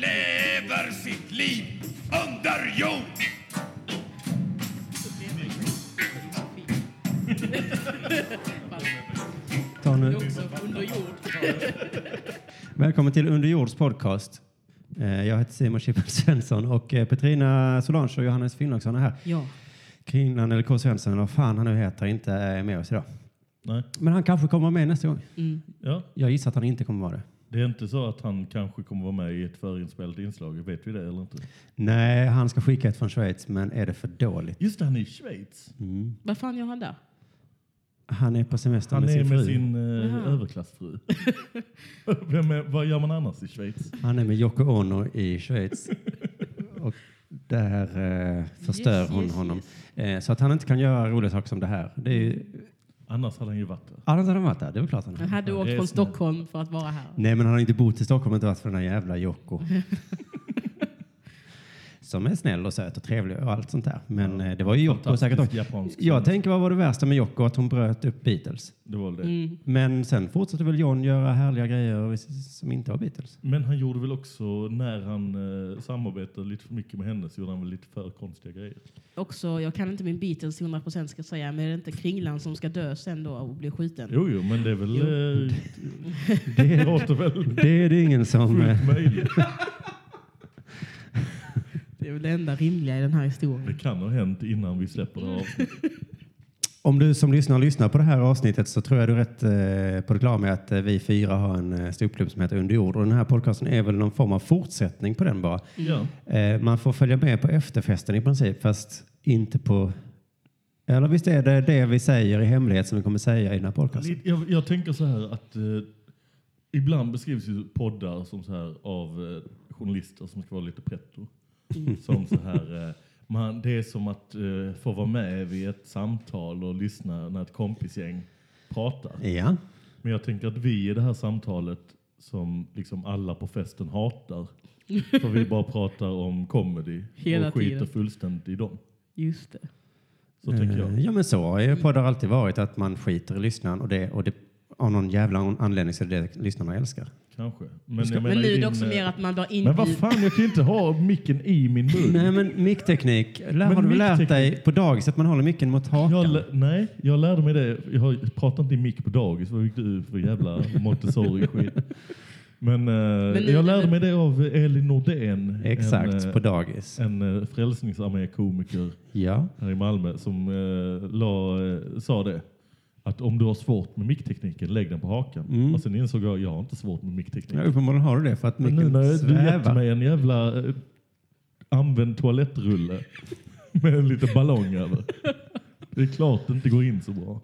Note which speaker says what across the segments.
Speaker 1: lever sitt liv under jord.
Speaker 2: Ta
Speaker 3: Det är
Speaker 2: nu.
Speaker 3: också under jord.
Speaker 2: Välkommen till Under jords podcast. Eh, Jag heter Simon Chippen Svensson och eh, Petrina Solange och Johannes Finnlagsson är här.
Speaker 3: Ja.
Speaker 2: Kringlan eller K. Svensson eller vad fan han nu heter inte eh, är med oss idag.
Speaker 4: Nej.
Speaker 2: Men han kanske kommer med nästa gång.
Speaker 3: Mm.
Speaker 4: Ja,
Speaker 2: Jag gissar att han inte kommer vara det.
Speaker 4: det är inte så att han kanske kommer vara med i ett förinspelat inslag. Vet vi det eller inte?
Speaker 2: Nej, han ska skicka ett från Schweiz, men är det för dåligt?
Speaker 4: Just det, han är i Schweiz.
Speaker 2: Mm.
Speaker 3: Vad fan gör han där?
Speaker 2: Han är på semester
Speaker 4: Han
Speaker 2: med
Speaker 4: är
Speaker 2: sin fru.
Speaker 4: med sin eh,
Speaker 3: Jaha.
Speaker 4: överklassfru. Vem är, vad gör man annars i Schweiz?
Speaker 2: Han är med Yoko Ono i Schweiz. och där eh, förstör
Speaker 3: Yes,
Speaker 2: hon
Speaker 3: yes,
Speaker 2: honom.
Speaker 3: yes.
Speaker 2: Eh, så att han inte kan göra roliga saker som det här. Det är ju...
Speaker 4: Annars hade han ju varit där.
Speaker 2: Annars hade han varit där, det är väl klart han
Speaker 3: Han
Speaker 2: hade.
Speaker 3: hade
Speaker 4: Ja,
Speaker 3: åkt
Speaker 4: det är
Speaker 3: från
Speaker 4: snällt.
Speaker 3: Stockholm för att vara här.
Speaker 2: Nej, men han har inte bott i Stockholm och inte varit för den här jävla Yoko. som är snäll och söt och trevlig och allt sånt där. Men eh, det var ju Yoko säkert också.
Speaker 4: Fantastisk japansk
Speaker 2: Jag
Speaker 4: sång.
Speaker 2: tänker, vad var det värsta med Yoko? Att hon bröt upp Beatles.
Speaker 4: Det var väl det.
Speaker 3: Mm.
Speaker 2: Men sen fortsatte väl John göra härliga grejer som inte var Beatles.
Speaker 4: Men han gjorde väl också, när han eh, samarbetade lite för mycket med henne så gjorde han väl lite för konstiga grejer.
Speaker 3: Också, jag kan inte min Beatles till 100 procent ska jag säga, men är det inte Kringlan som ska dö sen då och bli skjuten?
Speaker 4: Jo, jo, men det är väl...
Speaker 3: Jo.
Speaker 4: Eh, det
Speaker 2: Det,
Speaker 4: låter väl
Speaker 2: det är det ingen som... eh,
Speaker 4: fullt möjligt.
Speaker 3: Det är väl det enda rimliga i den här
Speaker 4: Det
Speaker 3: historien.
Speaker 4: kan ha hänt innan vi släpper det här avsnittet.
Speaker 2: Om du som lyssnar lyssnar på det här avsnittet så tror jag du är rätt eh, på det klara med att eh, vi fyra har en eh, ståuppklubb som heter Under jord och den här podcasten är väl någon form av fortsättning på den bara.
Speaker 4: Ja.
Speaker 2: Eh, man får följa med på efterfesten i princip fast inte på... Eller visst är det det vi säger i hemlighet som vi kommer säga i den här
Speaker 3: Alltså.
Speaker 2: podcasten?
Speaker 4: Lite- Jag, jag tänker så här att eh, ibland beskrivs ju poddar som så här av eh, journalister som ska vara lite pretto.
Speaker 3: Mm.
Speaker 4: Som så här, eh, man, det är som att eh, få vara med vid ett samtal och lyssna när ett kompisgäng pratar.
Speaker 2: Ja.
Speaker 4: Men jag tänker att vi i det här samtalet som liksom alla på festen hatar. För vi bara pratar om comedy
Speaker 3: Hela
Speaker 4: och skiter
Speaker 3: tiden.
Speaker 4: fullständigt i dem.
Speaker 3: Just det.
Speaker 4: Så tänker jag.
Speaker 2: Eh, Ja men så har ju poddar alltid varit att man skiter i lyssnaren och det, och det av någon jävla anledning så är det det lyssnarna älskar.
Speaker 4: Kanske.
Speaker 2: Men
Speaker 4: Men, jag menar,
Speaker 3: Men nu
Speaker 4: i
Speaker 3: är
Speaker 4: din,
Speaker 3: det också
Speaker 4: eh,
Speaker 3: mer att man blir
Speaker 4: Men vad
Speaker 3: inbjuden.
Speaker 4: fan, jag kan ju inte ha micken i min mun.
Speaker 2: Nej men mickteknik, lär,
Speaker 4: Mm. Men
Speaker 2: har du väl lärt
Speaker 4: mickteknik-
Speaker 2: dig på dagis att man håller micken mot hakan?
Speaker 4: Jag lä- nej, jag lärde mig det. Jag pratade inte i mick på dagis. Vad fick du för jävla Montessori-skit? Men, eh,
Speaker 3: nu-
Speaker 4: jag lärde mig det av Elin Nordén.
Speaker 2: Exakt,
Speaker 4: En, eh,
Speaker 2: på dagis.
Speaker 4: en eh, frälsningsarmé-komiker
Speaker 2: Ja.
Speaker 4: här i Malmö som eh, la, eh, sa det. Att om du har svårt med micktekniken, lägg den på hakan.
Speaker 2: Mm.
Speaker 4: Och sen insåg jag, jag har inte svårt med
Speaker 2: ja,
Speaker 4: mickteknik.
Speaker 2: uppenbarligen har du det för att
Speaker 4: Men nu
Speaker 2: micken
Speaker 4: när du gett
Speaker 2: svävar.
Speaker 4: mig en jävla eh, använd toalettrulle med en liten ballong över. Det är klart det inte går in så bra.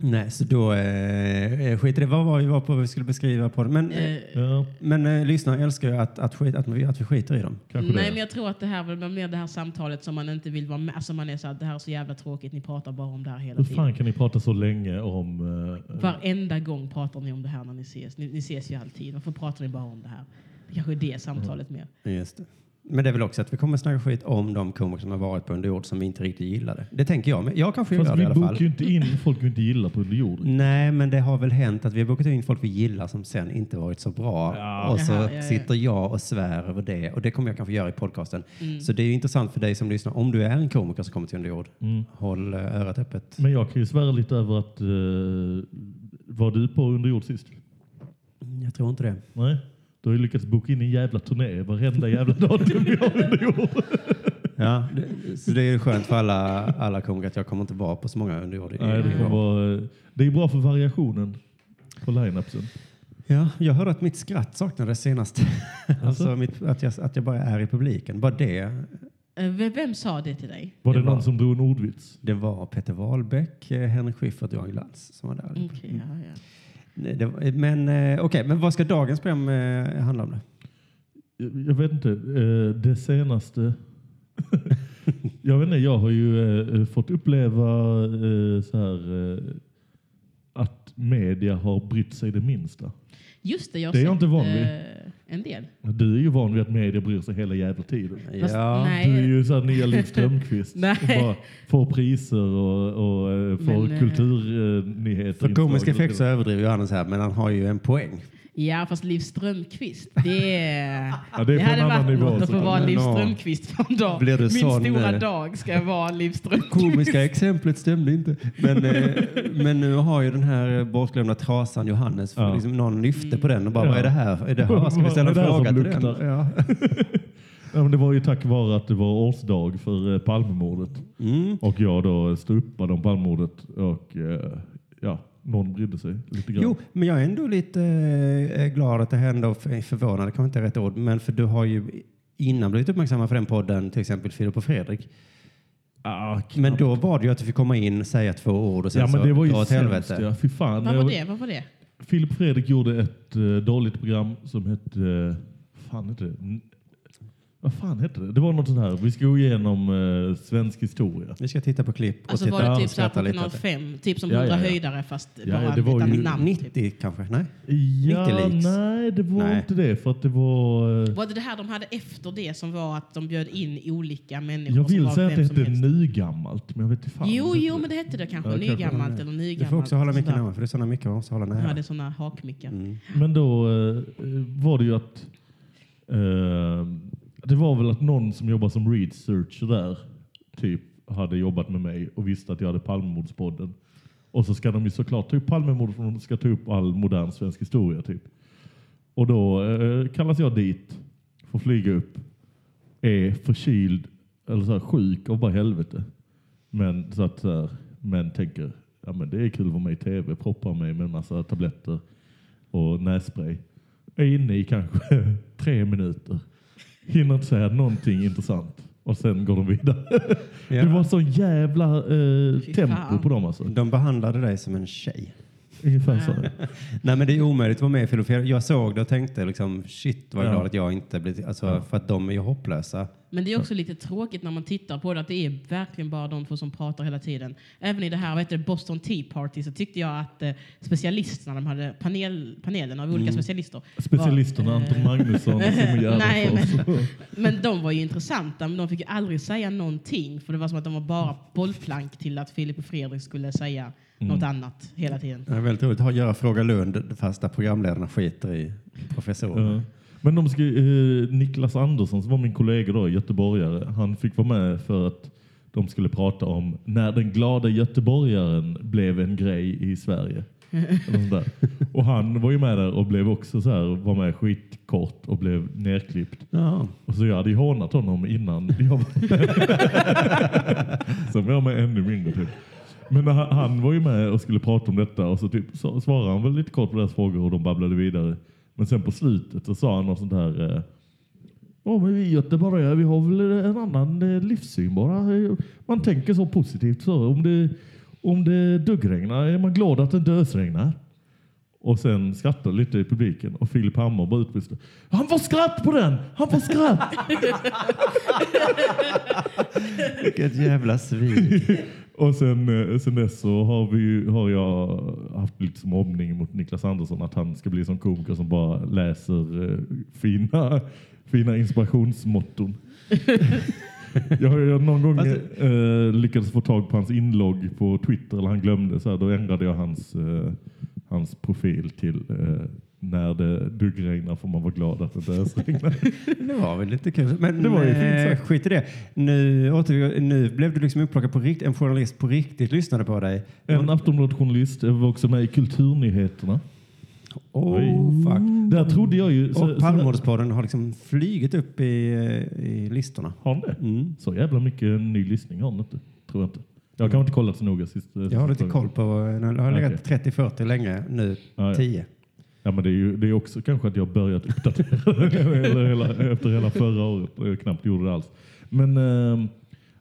Speaker 2: Nej, så då eh, eh, skit i det. Vad var vi var på vad vi skulle beskriva på det? Men, eh,
Speaker 3: Eh,
Speaker 4: Ja,
Speaker 2: men eh, lyssnare älskar ju att, att, skit, att, vi, att vi skiter i dem.
Speaker 4: kanske
Speaker 3: Nej,
Speaker 4: det.
Speaker 3: men jag tror att det här väl mer det här samtalet som man inte vill vara med. Alltså man är så här, det här är så jävla tråkigt. Ni pratar bara om det här hela
Speaker 4: Hur
Speaker 3: tiden.
Speaker 4: fan kan ni prata så länge om... eh,
Speaker 3: Varenda gång pratar ni om det här när ni ses. Ni, ni ses ju alltid. Varför pratar ni bara om det här? Det kanske är det samtalet mer.
Speaker 2: Just det. Men det är väl också att vi kommer snacka skit om de komiker som har varit på Underjord som vi inte riktigt gillade. Det tänker jag. Men jag kanske gör
Speaker 4: fast
Speaker 2: det i
Speaker 4: vi
Speaker 2: alla
Speaker 4: bokar ju
Speaker 2: fall.
Speaker 4: inte in folk vi inte gillar på
Speaker 3: Mm.
Speaker 4: underjord.
Speaker 2: Nej, men det har väl hänt att vi har bokat in folk vi gillar som sen inte varit så bra.
Speaker 4: Ja.
Speaker 2: Och så
Speaker 3: Jaha, ja, ja.
Speaker 2: sitter jag och svär över det. Och det kommer jag kanske göra i podcasten.
Speaker 3: Mm.
Speaker 2: Så det är ju intressant för dig som lyssnar. Om du är en komiker som kommer till Underjord,
Speaker 4: Mm.
Speaker 2: håll eh, örat öppet.
Speaker 4: Men jag kan ju svära lite över att... eh, var du på underjord sist?
Speaker 2: Jag tror inte det.
Speaker 4: Nej? Du har ju lyckats boka in en jävla turné varenda jävla datum vi har underjord.
Speaker 2: Ja, det, så det är ju skönt för alla, alla komiker att jag kommer inte vara på så många Underjord. i-
Speaker 4: Nej, det, kan vara, eh, det är bra för variationen på line-upsen.
Speaker 2: Ja, jag hörde att mitt skratt saknades senast. alltså
Speaker 4: Alltså?
Speaker 2: mitt, att, jag, att jag bara är i publiken. Bara det.
Speaker 3: Eh, Vem, vem sa det till dig?
Speaker 4: Var det,
Speaker 2: Det var-
Speaker 4: någon som drog en ordvits?
Speaker 2: Det var Peter Wahlbeck, eh, Henrik Schyffert och Johan Glans som var där.
Speaker 3: Okej, ja, ja.
Speaker 2: Nej, det var, men eh, okej, men vad ska dagens program eh, handla om? Då?
Speaker 4: Jag, jag vet inte. eh, Det senaste... jag vet inte, jag har ju eh, fått uppleva eh, så här, eh, att media har brytt sig det minsta.
Speaker 3: Just det, jag har
Speaker 4: Det är jag
Speaker 3: sett,
Speaker 4: inte van vid.
Speaker 3: eh, en del.
Speaker 4: Du är ju van vid att media bryr sig hela jävla tiden.
Speaker 3: Fast-
Speaker 2: ja,
Speaker 4: Du
Speaker 3: nej.
Speaker 4: är ju så här nya Liv Strömquist.
Speaker 3: Nej.
Speaker 4: och bara får priser och, och eh, får
Speaker 3: Men, eh,
Speaker 4: kulturnyheter.
Speaker 2: för komisk effekt så överdriver Johannes här, men han har ju en poäng.
Speaker 3: Ja, fast Liv Strömquist, det,
Speaker 4: Ja, det är
Speaker 3: det hade
Speaker 4: på en annan
Speaker 3: varit
Speaker 4: nivå,
Speaker 3: något att få
Speaker 4: såklart.
Speaker 3: vara Liv
Speaker 2: Ja.
Speaker 3: Strömquist för en dag.
Speaker 2: Blir
Speaker 3: Min
Speaker 2: du sån,
Speaker 3: stora
Speaker 2: eh,
Speaker 3: dag ska jag vara Liv Strömquist.
Speaker 2: Komiska exemplet stämde inte. Men, eh, men nu har ju den här eh, bortglömda trasan Johannes,
Speaker 4: Ja.
Speaker 2: liksom någon lyfte på den och bara
Speaker 4: Ja.
Speaker 2: vad är det här? Är det här? Ska vi ställa en
Speaker 4: Vad är det
Speaker 2: fråga
Speaker 4: här som
Speaker 2: till den? Ja.
Speaker 4: luktar? Ja, men det var ju tack vare att det var årsdag för eh, Palmemordet.
Speaker 2: Mm.
Speaker 4: Och jag då stupade om Palmemordet och eh, ja, någon brydde sig lite grann.
Speaker 2: Jo, men jag är ändå lite eh, glad att det hände och f- förvånad, det kanske inte är rätt ord, men för du har ju innan blivit uppmärksamma för den podden, till exempel Filip och Fredrik.
Speaker 4: Ah, knappt.
Speaker 2: Men då var det ju att du fick komma in, säga två ord och sen
Speaker 4: ja, men
Speaker 2: så
Speaker 4: det var ju
Speaker 2: alltså, dra åt
Speaker 4: sämst.
Speaker 2: helvete.
Speaker 4: Ja, fy fan.
Speaker 3: Vad
Speaker 4: Jag-
Speaker 3: var det? Vad var det?
Speaker 4: Filip och Fredrik gjorde ett eh, dåligt program som hette... eh, fan hette det? N- Vad fan hette det? Det var något sånt här. Vi ska gå igenom eh, svensk historia.
Speaker 2: Vi ska titta på klipp och
Speaker 3: Alltså
Speaker 2: titta
Speaker 3: var det
Speaker 2: och
Speaker 3: typ såhär
Speaker 2: skratta
Speaker 3: på
Speaker 2: lite
Speaker 3: kanal
Speaker 2: åt det.
Speaker 3: 5, typ som
Speaker 4: Ja, ja,
Speaker 3: 100
Speaker 4: ja.
Speaker 3: höjdare fast
Speaker 4: ja,
Speaker 3: bara
Speaker 4: det var
Speaker 3: utan
Speaker 4: ju-
Speaker 3: namn. Typ.
Speaker 2: 90 kanske? Nej?
Speaker 4: Ja,
Speaker 2: Wikileaks.
Speaker 4: nej, det var
Speaker 2: Nej.
Speaker 4: inte det. För att det var... eh,
Speaker 3: Var det det här de hade efter det som var att de bjöd in olika människor?
Speaker 4: jag
Speaker 3: som
Speaker 4: vill
Speaker 3: var
Speaker 4: säga att
Speaker 3: vem
Speaker 4: det
Speaker 3: som
Speaker 4: hette
Speaker 3: helst?
Speaker 4: nygammalt, men jag vet inte fan.
Speaker 3: Jo,
Speaker 4: om det
Speaker 3: jo,
Speaker 4: hette
Speaker 3: men det hette det kanske.
Speaker 4: Ja, kanske.
Speaker 3: nygammalt eller
Speaker 2: Du
Speaker 3: nygammalt.
Speaker 2: får också hålla
Speaker 3: sånt
Speaker 2: micken
Speaker 3: där.
Speaker 2: närmare, för det är sådana mickar man måste hålla
Speaker 3: Ja, det
Speaker 2: nära.
Speaker 3: är såna hakmickar.
Speaker 4: Men då eh, var det ju att... Eh, det var väl att någon som jobbar som researcher där typ hade jobbat med mig och visste att jag hade Palmemordspodden. Och så ska de ju såklart ta upp Palmemordet för de ska ta upp all modern svensk historia typ. Och då eh, kallas jag dit, får flyga upp, är förkyld eller så här, sjuk av bara helvete. Men, så att, så här, men tänker, ja men det är kul att vara med i tv, proppar mig med en massa tabletter och nässpray. Är inne i kanske tre minuter. Hinner inte säga någonting intressant. Och sen går de vidare.
Speaker 2: Ja.
Speaker 4: Det var sån jävla eh,
Speaker 3: Fy
Speaker 4: tempo
Speaker 3: fan.
Speaker 4: på dem alltså.
Speaker 2: De behandlade dig som en tjej.
Speaker 4: Ungefär så.
Speaker 2: Nej, men det är omöjligt att vara med i Filip och Fredrik. Jag såg det och tänkte liksom shit vad
Speaker 4: Ja.
Speaker 2: glad att jag inte blev... Alltså, för att de är ju hopplösa.
Speaker 3: Men det är också lite tråkigt när man tittar på det att det är verkligen bara de två som pratar hela tiden. Även i det här vad heter det, Boston Tea Party så tyckte jag att eh, specialisterna, de hade panel, panelen av olika specialister. var-
Speaker 4: Mm.
Speaker 3: Eh.
Speaker 4: Specialisterna Anton Magnusson och Simon
Speaker 3: Nej,
Speaker 4: Gärdenfors.
Speaker 3: Men de var ju intressanta, men de fick ju aldrig säga någonting. För det var som att de var bara bollplank till att Filip och Fredrik skulle säga
Speaker 4: Mm.
Speaker 3: något annat hela tiden.
Speaker 2: Det är väldigt roligt att ha- göra Fråga Lund fast där programledarna skiter i professorerna.
Speaker 4: Ja. Men de ska, eh, Niklas Andersson som var min kollega då, göteborgare, han fick vara med för att de skulle prata om när den glada göteborgaren blev en grej i Sverige. Eller sånt där. Och han var ju med där och blev också så här, var med skitkort och blev nerklippt.
Speaker 2: Ja.
Speaker 4: Och så jag hade ju hånat honom innan jag var med. Som jag med ännu mindre typ. Men han, han var ju med och skulle prata om detta och så typ så, svarade han väl lite kort på deras frågor och de babblade vidare. Men sen på slutet så sa han något sånt här. eh, Ja men vi göteborgare vi har väl en annan eh, livssyn bara. Eh, Man tänker så positivt så. Om det, om det duggregnar är man glad att det inte ösregnar. Och sen skrattade lite i publiken och Filip Hammar bara utbrister. Han får skratt på den! Han får skratt!
Speaker 2: Vilket jävla svin.
Speaker 4: Och sen, eh, sen dess så har, vi, ju- har jag haft lite som mobbning mot Niklas Andersson att han ska bli som komiker som bara läser eh, fina, fina inspirationsmotton. jag, har- jag någon gång
Speaker 2: Fast-
Speaker 4: eh, lyckades få tag på hans inlogg på Twitter, eller han glömde, så här, då ändrade jag hans, eh, hans profil till eh, när det duggregnar får man vara glad att det inte ösregnar.
Speaker 2: Det var väl lite kul. Men
Speaker 4: Det var ju fint
Speaker 2: eh,
Speaker 4: sagt.
Speaker 2: skit i det. Nu, återgår- nu blev du liksom upplockad på riktigt. En journalist på riktigt lyssnade på dig.
Speaker 4: En Aftonbladet-journalist eh, var också med i Kulturnyheterna.
Speaker 2: Oh fuck.
Speaker 4: Där trodde jag ju... så-
Speaker 2: Och
Speaker 4: så-
Speaker 2: Palmemordspodden har liksom flygit upp i, eh, i listorna.
Speaker 4: Har han det? Så jävla mycket ny lyssning har han inte. Tror jag inte. Jag har kanske inte kollat så noga sist. eh,
Speaker 2: Jag har lite koll på, jag har legat 30-40 länge, nu
Speaker 4: Ja, ja.
Speaker 2: 10.
Speaker 4: Ja, men det är ju det är också kanske att jag har börjat uppdatera eller hela, efter hela förra året. och Jag knappt gjorde det alls. Men, eh,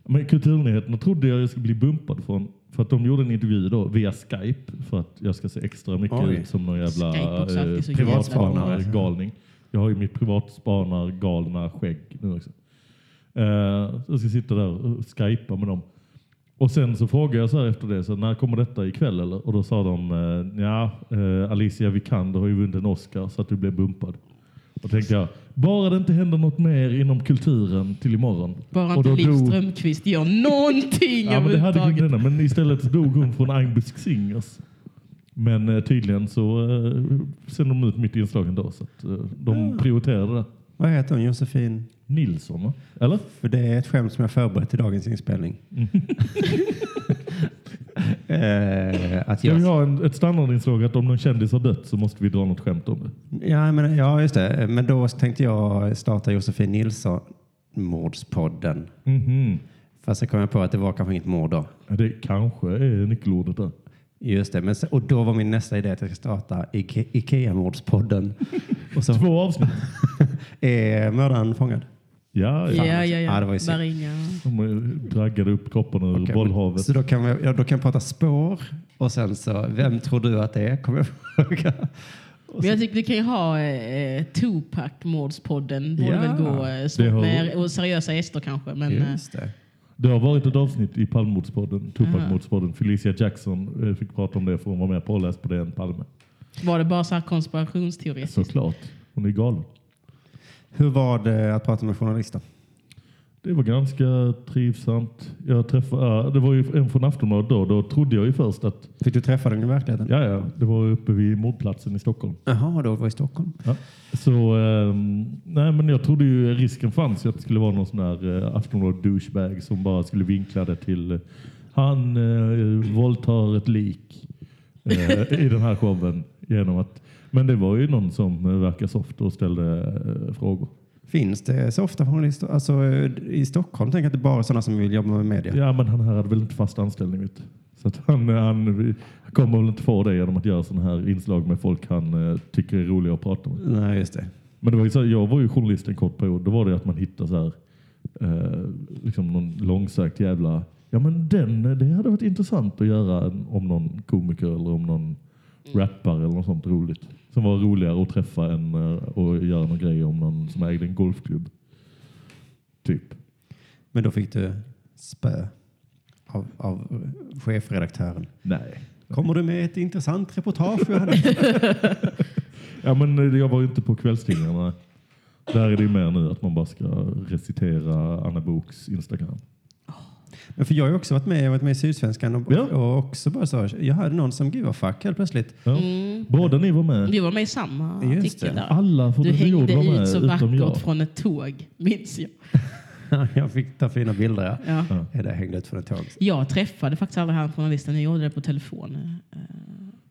Speaker 4: men Kulturnyheterna trodde jag jag skulle bli bumpad från. För att de gjorde en intervju då via Skype för att jag ska se extra mycket
Speaker 2: Oj.
Speaker 4: ut som någon
Speaker 3: Skype
Speaker 4: jävla
Speaker 3: också alltid så
Speaker 4: eh,
Speaker 3: jävla-
Speaker 4: privatspanargalning. Jag har ju mitt privatspanargalna skägg nu också. Eh, jag ska sitta där och skypa med dem. Och sen så frågade jag så här efter det, så när kommer detta ikväll eller? Och då sa de, eh, ja, eh, Alicia Vikander har ju vunnit en Oscar så att du blev bumpad. Och då tänkte jag, bara det inte händer något mer inom kulturen till imorgon.
Speaker 3: Bara
Speaker 4: och
Speaker 3: inte Liv
Speaker 4: dog-
Speaker 3: Strömquist gör någonting
Speaker 4: Ja, men det hade kunnat
Speaker 3: överhuvudtaget.
Speaker 4: hända, men istället så dog hon från Angbusk Singers. Men eh, tydligen så eh, sänder de ut mitt inslag ändå. Så att, eh, de prioriterade det.
Speaker 2: Vad heter hon? Josefin?
Speaker 4: Nilsson, va? Eller?
Speaker 2: För det är ett skämt som jag förberett till dagens inspelning. eh, att
Speaker 4: Ska
Speaker 2: jag...
Speaker 4: vi ha en, ett standardinslag att om någon kändis har dött så måste vi dra något skämt om det?
Speaker 2: Ja, men, ja, just det. Men då tänkte jag starta Josefin Nilsson-mordspodden.
Speaker 4: Mhm.
Speaker 2: Fast så kom jag på att det var kanske inget mord då.
Speaker 4: Ja, Det kanske är nyckelordet där.
Speaker 2: Just det. Men, sen- och då var min nästa idé att jag ska starta Ike- Ikea-mordspodden. och så
Speaker 4: Två avsnitt.
Speaker 2: är mördaren fångad.
Speaker 4: Ja, ja.
Speaker 3: Ja, ja,
Speaker 2: Ja, det var
Speaker 3: ja.
Speaker 2: ju synd.
Speaker 3: Varinga.
Speaker 4: De eh, draggade upp kropparna ur
Speaker 2: Okej,
Speaker 4: bollhavet.
Speaker 2: Så då kan, vi, ja, då kan jag prata spår och sen så, vem tror du att det är? Kommer jag fråga.
Speaker 3: Men jag tycker vi kan ju ha eh, Tupac-mordspodden. Borde
Speaker 2: Ja.
Speaker 3: väl gå eh,
Speaker 4: Det har-
Speaker 3: smått med och seriösa gäster kanske. Men, eh,
Speaker 2: Just det.
Speaker 4: Det har varit ett avsnitt i Palmemordspodden, Tupac-mordspodden. Felicia Jackson eh, fick prata om det för hon var mer påläst på det än Palme.
Speaker 3: eh, var det bara så här konspirationsteoretiskt?
Speaker 4: Såklart. Hon är galen.
Speaker 2: Hur var det att prata med journalister?
Speaker 4: Det var ganska trivsamt. Jag träffade, äh, det var ju en från Aftonbladet då. Då trodde jag ju först att,
Speaker 2: Fick du träffa den i verkligheten?
Speaker 4: ja ja, det var uppe vid mordplatsen i Stockholm.
Speaker 2: Jaha, då var jag i Stockholm.
Speaker 4: Så, ehm, nej men jag trodde ju risken fanns ju att det skulle vara någon sån här eh, Aftonbladet douchebag som bara skulle vinkla det till eh, han eh, våldtar ett lik eh, i den här showen. Genom att, men det var ju någon som eh, verkar soft och ställde eh, frågor.
Speaker 2: Finns det så ofta journalister? Alltså, eh, I Stockholm tänker jag att det bara är sådana som vill jobba med media.
Speaker 4: Ja men han här hade väl inte fast anställning vet du. Så att han, eh, han kommer väl inte få det genom att göra sådana här inslag med folk han eh, tycker är roliga att prata med.
Speaker 2: Nej, just det.
Speaker 4: Men det var ju så här, jag var ju journalist en kort period. Då var det att man hittade så här, eh, liksom någon långsökt jävla... Ja men den, eh, det hade varit intressant att göra en- om någon komiker eller om någon rappare eller något sånt roligt. Som var roligare att träffa än eh, att göra någon grej om någon som ägde en golfklubb. Typ.
Speaker 2: Men då fick du spö av, av chefredaktören.
Speaker 4: Nej.
Speaker 2: Kommer du med ett intressant reportage? Johannes?
Speaker 4: Ja men eh, jag var ju inte på kvällstidningarna. Där är det ju mer nu att man bara ska recitera Anna Boks Instagram.
Speaker 2: Men för jag har ju också varit med, jag har varit med i Sydsvenskan och,
Speaker 4: Ja.
Speaker 2: och också bara så. Jag hörde någon som give a fuck helt plötsligt.
Speaker 4: Ja. Båda ni var med.
Speaker 3: Vi var med i samma
Speaker 2: Just
Speaker 3: artikel
Speaker 2: det.
Speaker 3: där.
Speaker 4: Alla
Speaker 3: Du
Speaker 4: förutom Jord
Speaker 3: hängde
Speaker 4: var med,
Speaker 3: ut så
Speaker 4: utom jag.
Speaker 3: vackert från ett tåg, minns jag.
Speaker 2: jag fick ta fina bilder. Ja.
Speaker 3: Ja.
Speaker 2: Ja. Det hängde ut från ett tåg.
Speaker 3: Jag träffade faktiskt aldrig han journalisten. Jag gjorde det på telefon. Eh,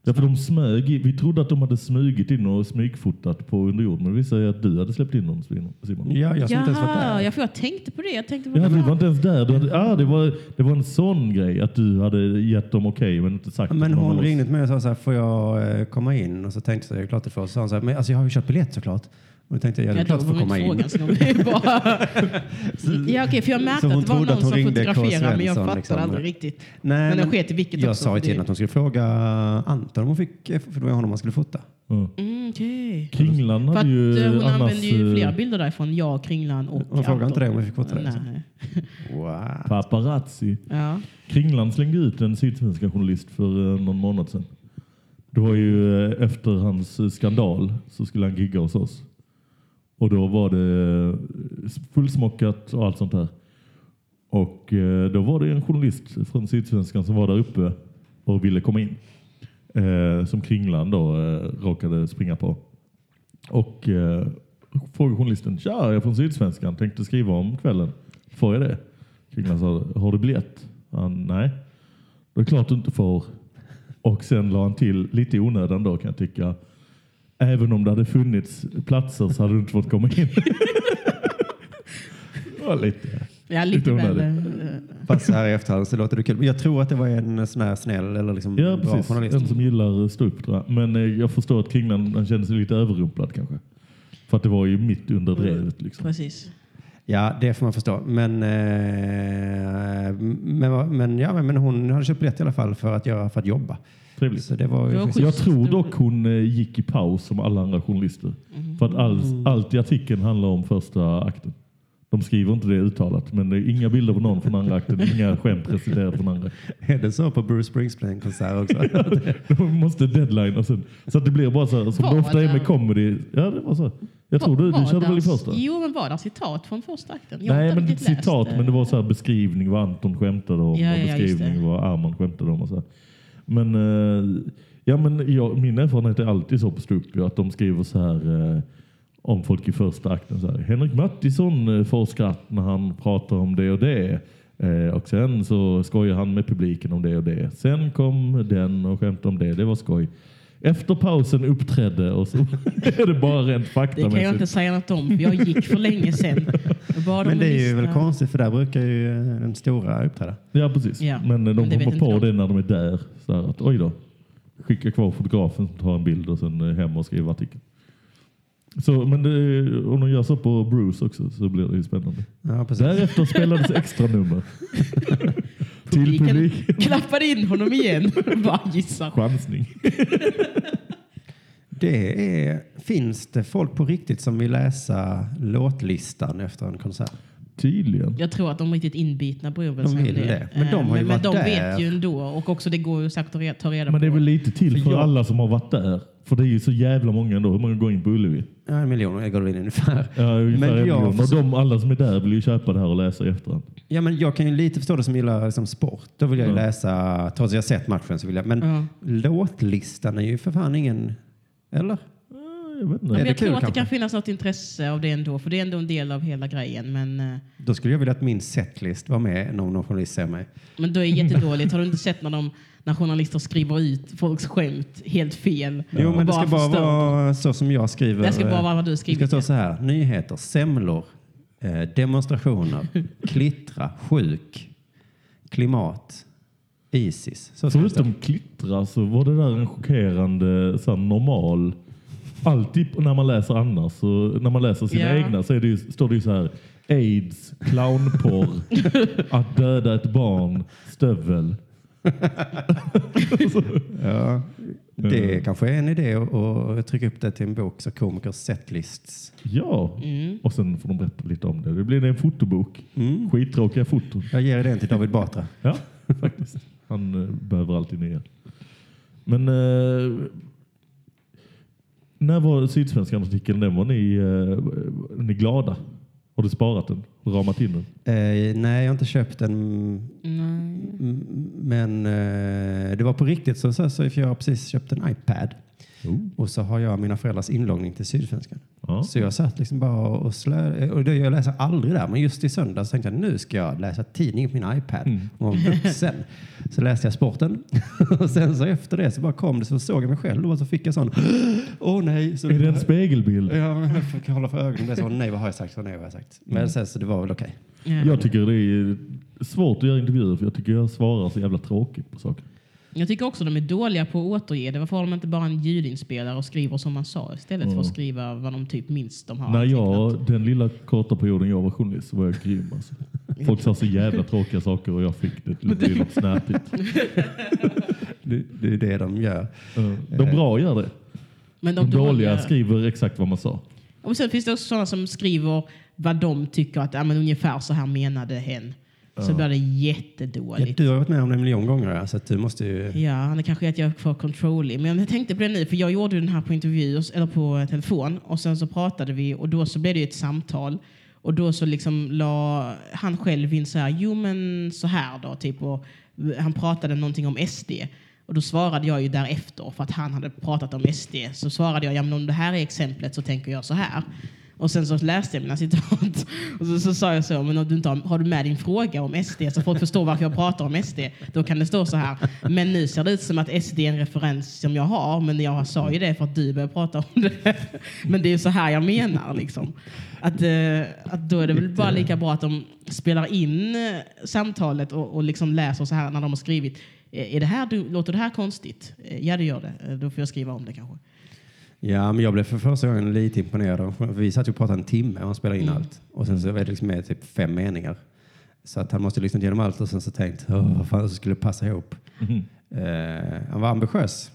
Speaker 4: Ja, för de smög i, vi trodde att de hade smugit in och smygfotat på underjord, men vi säger att du hade släppt in dem, Simon. Simon.
Speaker 2: Ja, jag som inte ens var
Speaker 3: Jaha,
Speaker 2: där.
Speaker 3: jag, för jag tänkte på det. Jag tänkte på
Speaker 4: Ja, du
Speaker 3: det.
Speaker 4: var inte ens där. Du hade, ah, det, var, det var en sån grej, att du hade gett dem okej, men inte sagt
Speaker 2: Men
Speaker 4: att någon
Speaker 2: hon
Speaker 4: av oss-
Speaker 2: ringde till mig och sa så här, får jag eh, komma in? Och så tänkte jag, "Ja, klart du får. Så sa hon så här, men alltså jag har ju köpt biljett såklart. Och då tänkte jag, ja, det är
Speaker 3: Jag
Speaker 2: klart
Speaker 3: tror
Speaker 2: du
Speaker 3: på
Speaker 2: får
Speaker 3: min
Speaker 2: komma in.
Speaker 3: fråga. Så de blev bara... ja, okej, för jag märkte
Speaker 2: Så hon
Speaker 3: att det var
Speaker 2: trodde att hon
Speaker 3: någon som
Speaker 2: ringde K.
Speaker 3: fotograferade, men jag
Speaker 2: Svensson,
Speaker 3: fattade
Speaker 2: liksom.
Speaker 3: aldrig riktigt.
Speaker 2: Nej,
Speaker 3: Men jag sket i vilket
Speaker 2: Jag
Speaker 3: också,
Speaker 2: sa ju
Speaker 3: för
Speaker 2: till
Speaker 3: det-
Speaker 2: henne att hon skulle fråga Anton om hon fick, eh, för det var honom man skulle fota.
Speaker 4: Ja.
Speaker 3: Mm, okej.
Speaker 4: Kringlan
Speaker 3: För att
Speaker 4: hade ju
Speaker 3: eh, hon
Speaker 4: annars...
Speaker 3: använde ju flera
Speaker 4: eh,
Speaker 3: bilder därifrån, jag, Kringlan och
Speaker 2: Hon frågade inte dig om vi fick fota dig, så.
Speaker 3: Nej.
Speaker 2: Wow.
Speaker 4: Paparazzi.
Speaker 3: Ja.
Speaker 4: Kringlan slängde ut en sydsvenska journalist för eh, någon månad sedan. Det var ju eh, efter hans eh, skandal så skulle han gigga hos oss. Och då var det eh, fullsmockat och allt sånt där. Och eh, då var det en journalist från Sydsvenskan som var där uppe och ville komma in. Eh, som Kringlan då eh, råkade springa på. Och eh, frågade journalisten, tja jag är från Sydsvenskan, tänkte skriva om kvällen. Får jag det? Kringlan sa, har du biljett? Han, nej. Det är klart du inte får. Och sen la han till, lite i onödan då kan jag tycka, även om det hade funnits platser så hade du inte fått komma in. ja, lite.
Speaker 3: ja, lite
Speaker 4: Lite
Speaker 3: väl.
Speaker 4: onödigt.
Speaker 3: eh,
Speaker 2: Fast så här i efterhand så låter det kul. Men jag tror att det var en sån här snäll eller liksom
Speaker 4: Ja,
Speaker 2: bra
Speaker 4: precis.
Speaker 2: journalist.
Speaker 4: En som gillar stå upp tror jag. Men eh, jag förstår att Kringlan han kände sig lite överrumplad kanske. För att det var ju mitt under drevet liksom.
Speaker 3: eh, Precis.
Speaker 2: Ja, det får man förstå. Men, eh, men, vad- men, ja, men hon hade köpt biljett i alla fall för att, göra, för att jobba.
Speaker 4: Trevligt.
Speaker 2: Så det var ju
Speaker 3: Det var
Speaker 2: schysst.
Speaker 4: Jag tror dock hon eh, gick i paus som alla andra journalister. För att all, allt i artikeln handlar om första akten. De skriver inte det uttalat, men det är inga bilder på någon från andra akten, inga skämt reciterade från andra.
Speaker 2: Är det så på Bruce Springsteen-konsert också?
Speaker 4: De måste deadline och sen, så att det blir bara så här, som det ofta är med comedy. Ja, det var så. Jag tror du, du
Speaker 3: Var
Speaker 4: körde väl i
Speaker 3: där-
Speaker 4: första?
Speaker 3: Jo, men var det citat från första akten? Jag har
Speaker 4: Nej,
Speaker 3: inte
Speaker 4: men inte
Speaker 3: riktigt läst
Speaker 4: citat, men det var så här beskrivning vad Anton skämtade om
Speaker 3: Ja,
Speaker 4: och
Speaker 3: ja, just
Speaker 4: beskrivning
Speaker 3: det.
Speaker 4: vad Arman skämtade om och så. här. Men eh, Ja, men jag, min erfarenhet är alltid så på Strupio att de skriver så här eh, om folk i första akten. Så här, Henrik Mattisson eh, får skratt när han pratar om det och det. Eh, och sen så skojar han med publiken om det och det. Sen kom den och skämtade om det. Det var skoj. Efter pausen uppträdde och så är det bara rent
Speaker 3: eh, Det kan jag inte
Speaker 4: faktamässigt.
Speaker 3: säga något om, för jag gick för länge sedan. Jag bad
Speaker 2: Men
Speaker 3: om
Speaker 2: det
Speaker 3: en
Speaker 2: är ju väl
Speaker 3: lista.
Speaker 2: konstigt för där brukar ju eh, den stora uppträda.
Speaker 4: Ja, precis.
Speaker 3: Ja,
Speaker 4: Men eh,
Speaker 3: men det
Speaker 4: de
Speaker 3: vet
Speaker 4: kommer
Speaker 3: inte
Speaker 4: på
Speaker 3: de.
Speaker 4: det när de är där. Så här, att, Oj då. Skicka kvar fotografen som tar en bild och sen eh, hem och skriver artikeln. Så, men det, eh, om de gör så på Bruce också så blir det ju spännande.
Speaker 2: Ja, precis.
Speaker 4: Därefter spelades extra nummer. Till
Speaker 3: Publiken
Speaker 4: publik.
Speaker 3: Klappade in honom igen. Bara gissar.
Speaker 4: Chansning.
Speaker 2: Det är, finns det folk på riktigt som vill läsa låtlistan efter en konsert?
Speaker 4: Tydligen.
Speaker 3: Jag tror att de riktigt inbitna bryr väl
Speaker 2: De
Speaker 3: sig om
Speaker 2: vill det. Men de
Speaker 3: Eh,
Speaker 2: har ju
Speaker 3: men, men
Speaker 2: varit
Speaker 3: de
Speaker 2: där.
Speaker 3: vet ju ändå. Och också det går ju säkert att re- ta reda
Speaker 4: Men det är
Speaker 3: på.
Speaker 4: väl lite till
Speaker 2: För
Speaker 4: för
Speaker 2: jag-
Speaker 4: alla som har varit där. För det är ju så jävla många ändå. Hur många går in på Ullevi?
Speaker 2: Ja, en miljon går det in ungefär.
Speaker 4: Ja, ungefär
Speaker 2: Men
Speaker 4: en
Speaker 2: jag
Speaker 4: miljon. Och
Speaker 2: försöker-
Speaker 4: de, alla som är där vill ju köpa det här och läsa i efterhand.
Speaker 2: Ja, men jag kan ju lite förstå det som gillar liksom sport. Då vill jag ju
Speaker 4: Ja.
Speaker 2: läsa, trots att jag sett matchen så vill jag. Men
Speaker 3: Ja.
Speaker 2: låtlistan är ju för fan ingen... Eller?
Speaker 4: Eh, Jag vet inte.
Speaker 2: Är
Speaker 3: Men
Speaker 2: det
Speaker 3: jag tror
Speaker 2: kul
Speaker 3: att det
Speaker 2: kanske?
Speaker 3: kan finnas något intresse av det ändå. För det är ändå en del av hela grejen. Men, eh,
Speaker 2: Då skulle jag vilja att min setlist var med när någon journalist ser mig.
Speaker 3: men då är det jättedåligt. Har du inte sett när, de, när journalister skriver ut folks skämt helt fel?
Speaker 2: Jo,
Speaker 3: och
Speaker 2: men det ska bara
Speaker 3: förstör dem?
Speaker 2: vara så som jag skriver. eh,
Speaker 3: Det ska bara vara vad du
Speaker 2: Det ska
Speaker 3: skriver.
Speaker 2: stå så här. Nyheter, semlor, eh, demonstrationer, klittra, sjuk, klimat, Isis. Så ska det stå.
Speaker 4: Förutom Alltså, klittra så var det där en chockerande så här, normal. Alltid när man läser annars, så, när man läser sina
Speaker 3: Ja.
Speaker 4: egna så är det ju, står det ju så här. Aids, clownporr, att döda ett barn, stövel.
Speaker 2: Ja, det kanske är en idé att- att trycka upp det till en bok, så komikers setlists.
Speaker 4: Ja, och sen får de berätta lite om det. Det blir en fotobok. Skittråkiga foton.
Speaker 2: Jag ger den till David Batra.
Speaker 4: Ja, faktiskt. Han eh, behöver alltid nya. Men eh, när var Sydsvenskan artikeln? Den var ni, eh, ni glada? Har du sparat den? Ramat in den?
Speaker 2: Eh, nej, jag har inte köpt den.
Speaker 3: Nej.
Speaker 2: Mm, Men eh, det var på riktigt så, så, så för jag har precis köpt en iPad.
Speaker 4: Oh.
Speaker 2: Och så har jag mina föräldrars inloggning till Sydsvenskan.
Speaker 4: Ja.
Speaker 2: Så jag satt liksom bara och slö... Och det, jag läser aldrig där, men just i söndags tänkte jag nu ska jag läsa tidning på min iPad. Och var vuxen. så läste jag sporten. och sen så efter det så bara kom det så såg jag mig själv och så fick jag sån... Åh nej! Så
Speaker 4: Är det en spegelbild?
Speaker 2: Ja, men jag fick hålla för ögonen. Det är så, nej, vad har jag sagt? Åh, Nej, vad har jag sagt? Men sen så det var väl okej.
Speaker 3: Ja.
Speaker 4: Jag tycker det är svårt att göra intervjuer för jag tycker jag svarar så jävla tråkigt på saker.
Speaker 3: Jag tycker också de är dåliga på att återge det. Varför har de inte bara en ljudinspelare och skriver som man sa istället för
Speaker 2: Mm.
Speaker 3: att skriva vad de typ minns de har
Speaker 4: När
Speaker 3: antecknat?
Speaker 4: jag, den lilla korta perioden jag var journalist så var jag grym alltså. Folk sa så jävla tråkiga saker och jag fick det till att bli något snärpigt.
Speaker 2: Det, det är det de gör.
Speaker 4: Eh, De bra gör det.
Speaker 3: Men
Speaker 4: De dåliga skriver exakt vad man sa.
Speaker 3: Och sen finns det också sådana som skriver vad de tycker att ja, men ungefär så här menade hen. Så blir det
Speaker 2: Ja,
Speaker 3: jättedåligt.
Speaker 2: du har varit med om det en miljon gånger, ja, så att du måste ju...
Speaker 3: Ja, det kanske är att jag är för controlling. Men jag tänkte på det nu, för jag gjorde ju den här på intervju, eller på eh, telefon. Och sen så pratade vi och då så blev det ju ett samtal. Och då så liksom la han själv in så här, jo men så här då, typ. Och han pratade någonting om SD. Och då svarade jag ju därefter, för att han hade pratat om SD. Så svarade jag, ja men om det här är exemplet så tänker jag så här. Och sen så läste jag mina citat. Och så, så sa jag så, men om du inte har, har du med din fråga om SD så folk förstår varför jag pratar om SD. Då kan det stå så här. Men nu ser det ut som att SD är en referens som jag har. Men jag sa ju det för att du började prata om det. Men det är ju så här jag menar liksom. Att, eh, att då är det väl bara lika bra att de spelar in eh, samtalet och, och liksom läser så här när de har skrivit. eh, Är det här, du, låter det här konstigt? Eh, Ja, det gör det. Eh, Då får jag skriva om det kanske.
Speaker 2: Ja, men jag blev för första gången lite imponerad. av- för Vi satt ju och pratade en timme och han spelade in
Speaker 3: Mm.
Speaker 2: allt. Och sen så är det liksom med typ fem meningar. Så att han måste lyssna igenom allt och sen så tänkt, "Åh, vad fan så skulle det passa ihop.
Speaker 3: Mm-hmm.
Speaker 2: Eh, han var ambitiös.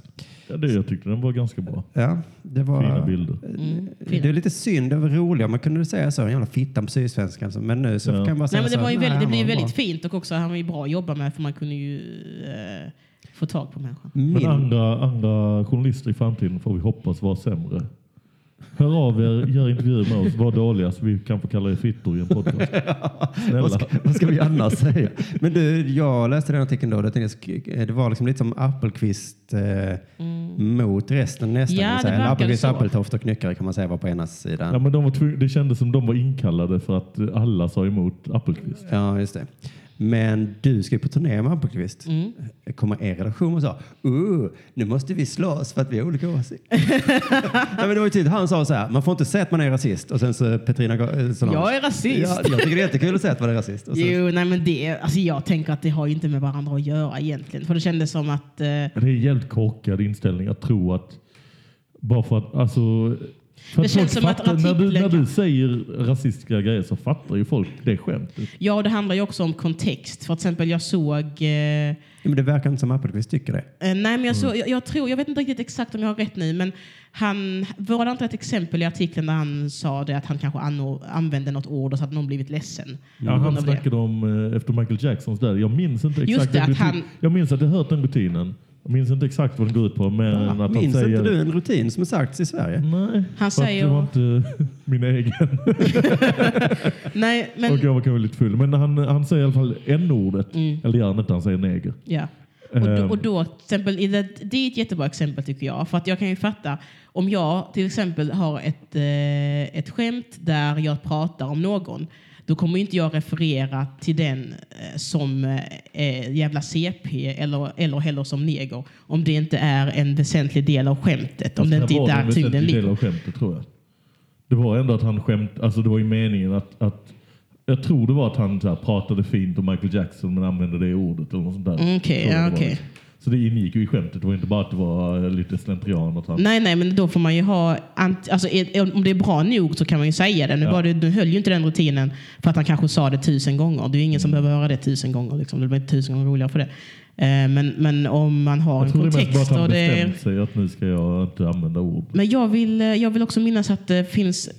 Speaker 4: Ja, det, jag tyckte den var ganska bra.
Speaker 2: Ja, det var...
Speaker 4: Fina bilder.
Speaker 3: Mm,
Speaker 2: Det är lite synd, det var roligt om man kunde säga så. En jävla fittan på Sydsvenskan. så- Men nu så
Speaker 4: Ja.
Speaker 2: kan jag bara säga
Speaker 3: Nej, men det,
Speaker 2: så,
Speaker 3: var ju väldigt, det
Speaker 2: han
Speaker 3: blev ju
Speaker 2: var
Speaker 3: väldigt
Speaker 2: bra.
Speaker 3: fint och också han var ju bra att jobba med för man kunde ju eh, få tag på människan.
Speaker 4: Men
Speaker 2: Min,
Speaker 4: andra, andra journalister i framtiden får vi hoppas vara sämre. Hör av er, gör intervjuer med oss, var dåliga så vi kanske kallar er fittor i en podcast.
Speaker 2: Vad ska,
Speaker 4: Snälla.
Speaker 2: vad ska vi annars säga? Men du, jag läste den artikeln då. och jag Tänkte, jag sk- det var liksom lite som Appelqvist eh, mot resten nästan.
Speaker 3: Mm.
Speaker 2: kan man
Speaker 3: Ja, det
Speaker 2: säga. Eller
Speaker 3: verkade
Speaker 2: Appelqvist,
Speaker 3: så.
Speaker 2: Appeltoft och Knyckare kan man säga var på ena sidan.
Speaker 4: Ja, men de var tvung- det kändes som de var inkallade för att eh, alla sa emot Appelqvist.
Speaker 2: Ja, just det. Men du ska ju på turné med Appelqvist.
Speaker 3: Mm.
Speaker 2: Kommer er redaktion och sa uh, nu måste vi slåss för att vi har olika åsikter. Nej, men det var ju tydligt. Han sa så här, man får inte säga att man är rasist. Och sen så Petrina Ga- eh, Solange.
Speaker 3: Jag är rasist.
Speaker 2: Ja, jag tycker det är jättekul att säga att man är rasist. Och så,
Speaker 3: Jo, nej men det, är- alltså jag tänker att det har ju inte med varandra att göra egentligen. För det kändes som att... Eh,
Speaker 4: Det är en jävligt korkad inställning att tro att bara för att, alltså, för
Speaker 3: Det
Speaker 4: folk
Speaker 3: känns som att
Speaker 4: fattar- när, du,
Speaker 3: artikeln
Speaker 4: när
Speaker 3: kan-
Speaker 4: du säger rasistiska grejer så fattar ju folk det skämtet.
Speaker 3: ja, och det handlar ju också om kontext. För till exempel jag såg... Eh,
Speaker 2: Ja, men det verkar inte som Appelqvist tycker det.
Speaker 3: Eh, Nej, men jag, så, jag, jag tror, jag vet inte riktigt exakt om jag har rätt nu, men han, var det inte ett exempel i artikeln där han sa det att han kanske anor, använde något ord och så hade någon blivit ledsen? på
Speaker 4: Ja,
Speaker 3: grund
Speaker 4: han
Speaker 3: av
Speaker 4: snackade om eh, efter Michael Jacksons död. Jag minns inte
Speaker 3: Mm. Just
Speaker 4: exakt.
Speaker 3: det,
Speaker 4: den
Speaker 3: att han-
Speaker 4: rutin- Jag minns att jag hört den rutinen. Jag minns inte exakt vad den går ut på. Men att han
Speaker 2: Minns
Speaker 4: säger...
Speaker 2: inte du en rutin som har sagts i Sverige?
Speaker 4: Nej, för att
Speaker 3: säger-
Speaker 4: det var inte min egen.
Speaker 3: det. Nej, men...
Speaker 4: Och jag var kanske lite full. Men han, han säger i alla fall n-ordet.
Speaker 3: Mm.
Speaker 4: Eller gör han inte, han säger neger.
Speaker 3: Ja. Och då,
Speaker 4: Ehm.
Speaker 3: och då till exempel, i det, det är ett jättebra exempel tycker jag. För att jag kan ju fatta, om jag till exempel har ett, eh, ett skämt där jag pratar om någon, då kommer ju inte jag referera till den eh, som eh, jävla CP eller, eller heller som neger. Om det inte är en väsentlig del av skämtet. Om det
Speaker 4: Fast
Speaker 3: inte är
Speaker 4: här var
Speaker 3: där
Speaker 4: en
Speaker 3: tyngden
Speaker 4: väsentlig del
Speaker 3: ligger.
Speaker 4: av skämtet tror jag. Det var ändå att han skämt, alltså det var ju meningen att, att jag tror det var att han så här, pratade fint om Michael Jackson men använde det ordet eller något sånt där.
Speaker 3: Mm, okej,
Speaker 4: Tror jag
Speaker 3: ja,
Speaker 4: det var. liksom-
Speaker 3: okej.
Speaker 4: Så det ingick ju i skämtet. Det var inte bara att det var eh, lite slentrian. Att han,
Speaker 3: Nej, nej, men då får man ju ha... ant- Alltså, är- om det är bra nog så kan man ju säga det. Nu,
Speaker 4: Ja.
Speaker 3: var det, nu höll ju inte den rutinen för att han kanske sa det tusen gånger. Det är ju ingen
Speaker 4: Mm.
Speaker 3: som behöver höra det tusen gånger. Liksom. Det blir inte tusen gånger roligare för det. Eh, Men, men om man har
Speaker 4: jag
Speaker 3: en
Speaker 4: tror det är mest bara att
Speaker 3: kontext
Speaker 4: han
Speaker 3: och det är
Speaker 4: bestämt sig att nu ska jag inte använda ord.
Speaker 3: men jag vill, eh, jag vill också minnas att det finns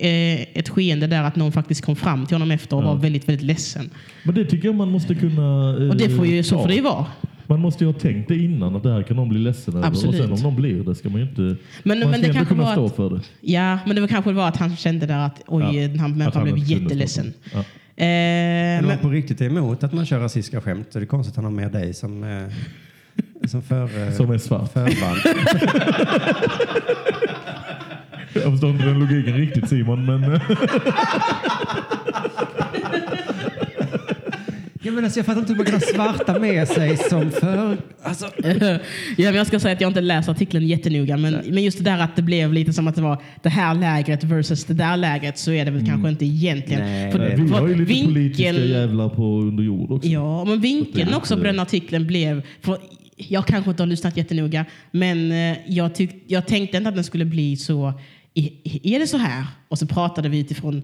Speaker 3: eh, ett skeende där att någon faktiskt kom fram till honom efter och
Speaker 4: Ja.
Speaker 3: var väldigt, väldigt ledsen.
Speaker 4: Men det tycker jag man måste kunna... eh,
Speaker 3: Och det får ju, så
Speaker 4: ta.
Speaker 3: får det ju vara.
Speaker 4: Man måste ju ha tänkt det innan att det här kan någon bli ledsen över.
Speaker 3: Absolut.
Speaker 4: Och sen om någon blir det ska man ju inte...
Speaker 3: Men-
Speaker 4: man
Speaker 3: men det
Speaker 4: ska ändå
Speaker 3: kanske
Speaker 4: kunna
Speaker 3: var
Speaker 4: stå
Speaker 3: att-
Speaker 4: för det.
Speaker 3: Ja, men det var kanske var att han kände där att oj,
Speaker 4: Ja.
Speaker 3: den här
Speaker 4: Att han
Speaker 3: människan blev
Speaker 4: inte kunde stå för
Speaker 3: jätteledsen.
Speaker 4: det. Ja.
Speaker 3: Eh,
Speaker 2: Men
Speaker 3: men-
Speaker 2: man på riktigt är emot att man kör rasistiska skämt. Så det är konstigt att han har med dig som, eh, som, för, eh,
Speaker 4: Som är svart.
Speaker 2: förband.
Speaker 4: Jag förstår inte den logiken riktigt Simon, men eh,
Speaker 2: ja, men alltså, jag fattar inte hur man kan ha svarta med sig som för... Alltså,
Speaker 3: ja, men jag ska säga att jag inte läst artikeln jättenoga, men, men just det där att det blev lite som att det var det här lägret versus det där lägret så är det väl kanske inte egentligen.
Speaker 2: Mm. Nej, det är
Speaker 3: för,
Speaker 4: vi
Speaker 3: för
Speaker 4: har ju lite
Speaker 3: vinkeln-
Speaker 4: politiska jävlar på under jord också.
Speaker 3: Ja, men
Speaker 4: Det
Speaker 3: vinkeln
Speaker 4: är
Speaker 3: också på
Speaker 4: lite-
Speaker 3: den artikeln blev... För jag kanske inte har lyssnat jättenoga, men eh, jag, tyck, jag tänkte inte att den skulle bli så... "I- i- Är det så här? Och så pratade vi utifrån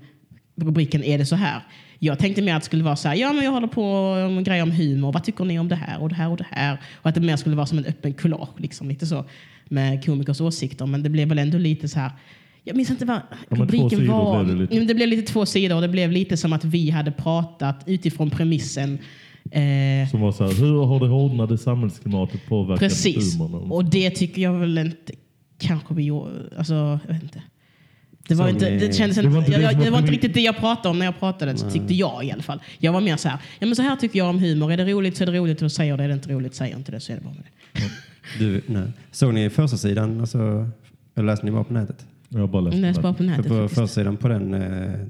Speaker 3: rubriken Är det så här? Jag tänkte mer att det skulle vara så här, ja men jag håller på med en grej om humor, vad tycker ni om det här och det här och det här? Och att det mer skulle vara som en öppen collage, liksom, lite så, med komikers åsikter. Men det blev väl ändå lite så här, jag minns inte vad
Speaker 4: men två
Speaker 3: rubriken
Speaker 4: sidor
Speaker 3: var.
Speaker 4: blev det lite.
Speaker 3: Ja, men det blev lite två sidor och det blev lite som att vi hade pratat utifrån premissen. Eh,
Speaker 4: Som var så här, hur har det hårdnade samhällsklimatet påverkat
Speaker 3: precis.
Speaker 4: humorn?
Speaker 3: Och det tycker jag väl inte kanske vi gjorde. Alltså, jag vet inte. Det, var
Speaker 2: Som
Speaker 3: inte,
Speaker 2: är-
Speaker 3: det, kändes
Speaker 4: Det
Speaker 3: inte,
Speaker 4: var inte
Speaker 3: jag,
Speaker 4: det
Speaker 3: jag,
Speaker 4: som var
Speaker 3: det var inte
Speaker 4: premi-
Speaker 3: riktigt det jag pratade om när jag pratade, tyckte jag i alla fall. Jag var mer så här, ja, men så här tycker jag om humor. Är det roligt så är det roligt, och säger det. Är det inte roligt, säger inte det, så är det bara med det.
Speaker 2: du, nej. Såg ni första sidan? Alltså, eller läste ni bara på nätet?
Speaker 4: Jag har bara läst
Speaker 3: Läs
Speaker 4: den
Speaker 3: bara
Speaker 4: här.
Speaker 3: på
Speaker 2: För
Speaker 3: nätet
Speaker 2: på
Speaker 3: faktiskt.
Speaker 2: första sidan på den eh,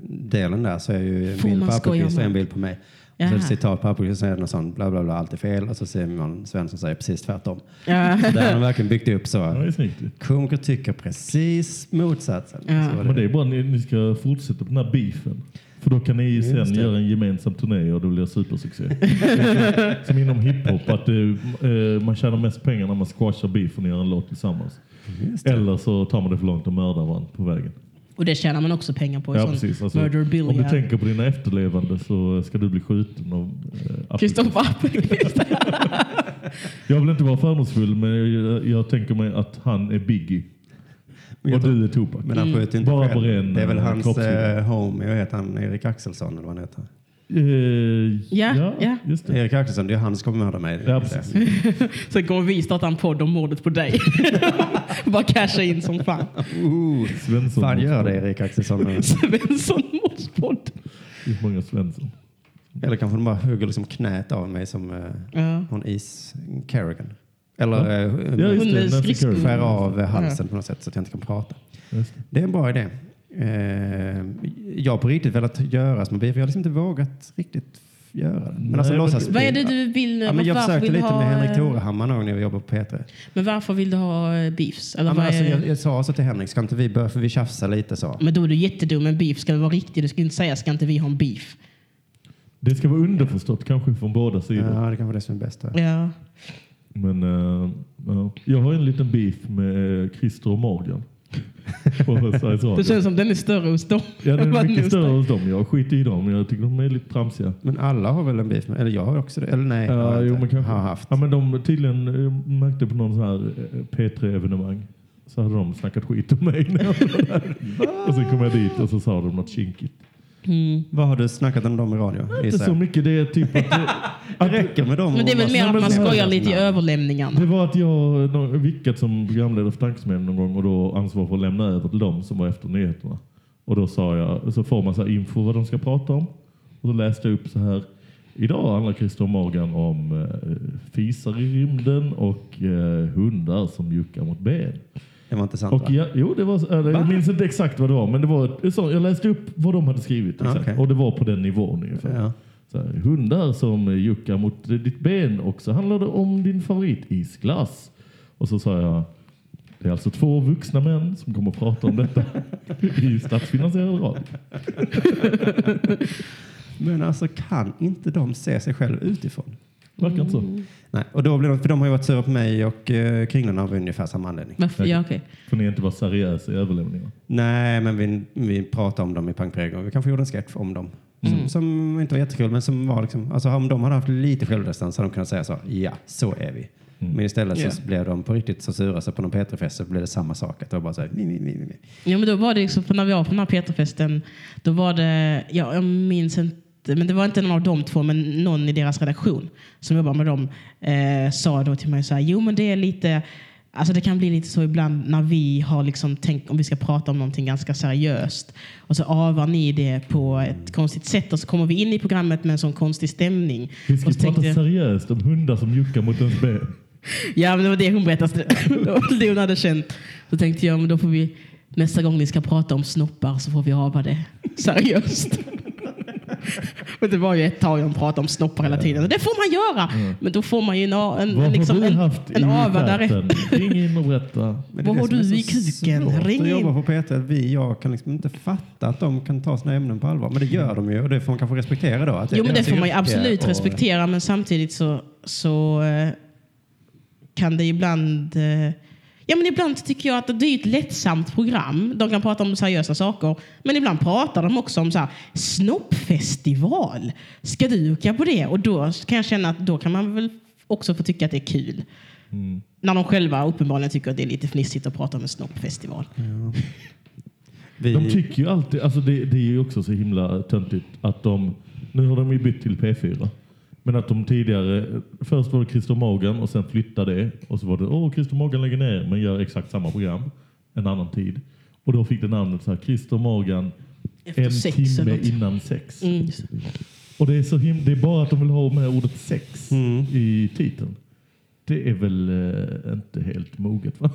Speaker 2: delen där så är ju en
Speaker 3: Får
Speaker 2: bild
Speaker 3: man
Speaker 2: på
Speaker 3: skoja
Speaker 2: Appelqvist och
Speaker 3: med?
Speaker 2: en bild på mig. Och så är
Speaker 3: Jaha.
Speaker 2: det citat på Appelqvist och sen är det någon sån bla bla bla, allt är fel. Och så Simon Svensson säger precis tvärtom.
Speaker 3: Ja.
Speaker 2: Där har de verkligen byggt upp så.
Speaker 4: Ja, det är snyggt.
Speaker 2: Komiker tycker precis motsatsen.
Speaker 3: Ja.
Speaker 2: Så var
Speaker 4: Men det är bara ni, ni ska fortsätta på den här beefen. För då kan ni sen
Speaker 2: det.
Speaker 4: göra en gemensam turné och det blir supersuccé. Som inom hiphop, att eh, eh, man tjänar mest pengar när man squashar beefen och gör en låt tillsammans. Eller så tar man det för långt och mördar varandra på vägen.
Speaker 3: Och det tjänar man också pengar på. i
Speaker 4: Ja,
Speaker 3: sån
Speaker 4: precis. Alltså,
Speaker 3: murder bill,
Speaker 4: om du
Speaker 3: ja.
Speaker 4: tänker på dina efterlevande så ska du bli skjuten av eh, Appelqvist.
Speaker 3: Kristoffer Appelqvist.
Speaker 4: Jag vill inte vara fördomsfull men jag, jag tänker mig att han är Biggie och du är Tupac.
Speaker 2: Men han sköt inte
Speaker 4: Bara på
Speaker 2: själv.
Speaker 4: ren,
Speaker 2: Det är väl
Speaker 4: eh,
Speaker 2: hans
Speaker 4: kroppshydda.
Speaker 2: eh, homie, vad heter han? Erik Axelsson eller vad han heter.
Speaker 4: Eh,
Speaker 3: Ja, ja.
Speaker 4: just det.
Speaker 2: Erik Axelsson, det är han som kommer mörda mig.
Speaker 4: Ja, precis.
Speaker 3: Sen kommer vi starta en podd om mordet på dig. Bara casha in som fan.
Speaker 2: Ooh.
Speaker 4: Svensson.
Speaker 2: Uh. Fan gör det Erik Axelsson.
Speaker 3: Svensson mordspodd.
Speaker 4: Det är många Svensson.
Speaker 2: Eller kanske de bara hugger liksom knät av mig som eh,
Speaker 3: Ja.
Speaker 2: någon is Kerrigan. Eller eh,
Speaker 4: Ja, just det.
Speaker 3: Hundens
Speaker 4: Nancy
Speaker 3: risk-
Speaker 4: Kerr.
Speaker 2: skär av eh, halsen på något sätt så att jag inte kan prata.
Speaker 4: Just det.
Speaker 2: Det är en bra idé. Eh, jag har på riktigt velat göra små bier, för jag har liksom inte vågat riktigt göra det. Men
Speaker 4: Nej,
Speaker 2: alltså
Speaker 4: men-
Speaker 2: låtsas
Speaker 3: Vad är det du vill nu?
Speaker 2: Ja, men jag
Speaker 3: Varför
Speaker 2: försökte
Speaker 3: vill du
Speaker 2: lite
Speaker 3: ha,
Speaker 2: med Henrik
Speaker 3: eh,
Speaker 2: Torehammar någon gång när vi jobbade på P3.
Speaker 3: Men varför vill du ha eh, beefs? Eller
Speaker 2: Ja, men
Speaker 3: vad
Speaker 2: alltså,
Speaker 3: är...
Speaker 2: jag, jag sa så till Henrik, ska inte vi börja, för vi tjafsar lite så.
Speaker 3: men då är du jättedum. En beef ska vara riktig. Du ska inte säga ska inte vi ha en beef.
Speaker 4: Det ska vara underförstått kanske från båda sidor.
Speaker 2: Ja, det kanske är det som är bäst. då.
Speaker 3: Ja.
Speaker 4: Men eh, ja. jag har en liten beef med eh, Christer och Morgan. På Sveriges Radio.
Speaker 3: Det känns som den är större hos dem.
Speaker 4: Ja, den
Speaker 3: Vad
Speaker 4: är mycket
Speaker 3: nu
Speaker 4: större hos dem. Jag skiter i dem, men jag tycker de är lite tramsiga.
Speaker 2: Men alla har väl en beef? Med, eller jag har också det. Eller nej, har
Speaker 4: Ja,
Speaker 2: jag
Speaker 4: jo,
Speaker 2: inte.
Speaker 4: men kanske.
Speaker 2: har haft.
Speaker 4: Ja, men de tydligen jag märkte på någon sån här eh, P3-evenemang så hade de snackat skit om mig. När jag var där. och sen kom jag dit och så sa de något kinkigt.
Speaker 3: Mm.
Speaker 2: Vad har du snackat om dem i radio?
Speaker 4: Inte
Speaker 2: Gissa.
Speaker 4: så mycket. Det är typ att det,
Speaker 2: Det räcker med dem.
Speaker 3: Men det är väl
Speaker 2: och-
Speaker 3: mer att man
Speaker 4: men- alltså-
Speaker 3: skojar lite i överlämningarna.
Speaker 4: det var att jag nå- vickat som programledare för Tankesmedjan någon gång och då ansvar för att lämna över till dem som var efter nyheterna. Och då sa jag, så får man så här info vad de ska prata om. Och då läste jag upp så här. Idag handlar Christer och Morgan om eh, fisar i rymden och eh, hundar som juckar mot ben.
Speaker 2: Det var inte sant
Speaker 4: Och
Speaker 2: va?
Speaker 4: ja, jo, det var, så- eller, jag minns inte exakt vad det var, men det var ett- så, jag läste upp vad de hade
Speaker 3: Ah,
Speaker 4: skrivit. Exakt,
Speaker 2: Okej.
Speaker 4: Och det var på den nivån ungefär.
Speaker 2: Ja.
Speaker 4: Så här, hundar som juckar mot ditt ben och så handlade det om din favoritisglass. Och så sa jag, det är alltså två vuxna män som kommer att prata om detta i statsfinansierad radio.
Speaker 2: Men alltså kan inte de se sig själv utifrån?
Speaker 4: Verkar inte
Speaker 3: Mm.
Speaker 4: så.
Speaker 2: Nej, och då blir de, för de har ju varit sura på mig och eh, Kringlan av ungefär samma anledning.
Speaker 3: Varför? Ja, okej.
Speaker 4: För ni inte var seriösa i överlämningen.
Speaker 2: Nej, men vi, vi pratade om dem i Punk på Egon. Vi kanske gjorde en sketch om dem.
Speaker 3: Mm.
Speaker 2: Som, som inte var jättekul, men som var liksom... Alltså om de hade haft lite självdistans så hade de kunnat säga så. Ja, så är vi.
Speaker 3: Mm.
Speaker 2: Men istället
Speaker 3: Ja.
Speaker 2: så blev de på riktigt så sura så på någon P3-fest så blev det samma sak. Att det var bara så här, mi, mi, mi, mi, mi.
Speaker 3: Ja, men då var det liksom, för när vi var på den här Peterfesten, då var det, ja, jag minns inte, men det var inte någon av de två, men någon i deras redaktion som jobbar med dem eh, sa då till mig så här, jo men det är lite, alltså det kan bli lite så ibland när vi har liksom tänkt om vi ska prata om någonting ganska seriöst och så avar ni det på ett konstigt sätt och så kommer vi in i programmet med en sån konstig stämning.
Speaker 4: Vi ska
Speaker 3: och så
Speaker 4: prata
Speaker 3: tänkte Mm, jag-
Speaker 4: seriöst om hundar som juckar mot ens ben.
Speaker 3: Ja, men det var det hon berättade. Det var det hon hade känt. Så tänkte jag, men då får vi nästa gång ni ska prata om snoppar så får vi hava det seriöst. Men det var ju ett tag de pratade om snoppar hela tiden. Och det får man göra. Men då får man ju en, a- en, en,
Speaker 4: Mm. Vad
Speaker 3: liksom,
Speaker 4: har du
Speaker 3: en,
Speaker 4: haft
Speaker 3: en
Speaker 4: i
Speaker 3: avvärdare.
Speaker 4: stjärten? Ring in och berätta.
Speaker 2: Men
Speaker 3: Vad
Speaker 2: det
Speaker 3: har
Speaker 2: som är
Speaker 3: du
Speaker 2: så
Speaker 3: i kuken?
Speaker 2: svårt
Speaker 3: Ring
Speaker 2: att
Speaker 3: in.
Speaker 2: jobba på P3, att vi, jag kan liksom inte fatta att de kan ta sina ämnen på allvar. Men det gör de ju och det får man kanske respektera då. Att
Speaker 3: Jo, men det
Speaker 2: deras
Speaker 3: får man ju
Speaker 2: yrke
Speaker 3: absolut
Speaker 2: och-
Speaker 3: respektera. Men samtidigt så, så eh, kan det ibland... eh, Ja, men ibland tycker jag att det är ett lättsamt program. De kan prata om seriösa saker. Men ibland pratar de också om så här, snoppfestival. Ska du åka på det? Och då kan jag känna att då kan man väl också få tycka att det är kul. När de själva uppenbarligen tycker att det är lite fnissigt att prata om en snoppfestival.
Speaker 2: Vi,
Speaker 4: De tycker ju alltid, alltså det, det är ju också så himla töntigt att de, nu har de ju bytt till P4. Men att de tidigare, först var det Christer Morgan och sen flyttade det. Och så var det, åh Christer Morgan lägger ner men gör exakt samma program en annan tid. Och då fick det namnet så här, Christer Morgan
Speaker 3: Efter
Speaker 4: en
Speaker 3: sex eller
Speaker 4: timme
Speaker 3: något.
Speaker 4: innan sex.
Speaker 3: Mm.
Speaker 4: Och det är, så him- det är bara att de vill ha med ordet sex
Speaker 2: Mm.
Speaker 4: i titeln. Det är väl eh, inte helt moget va?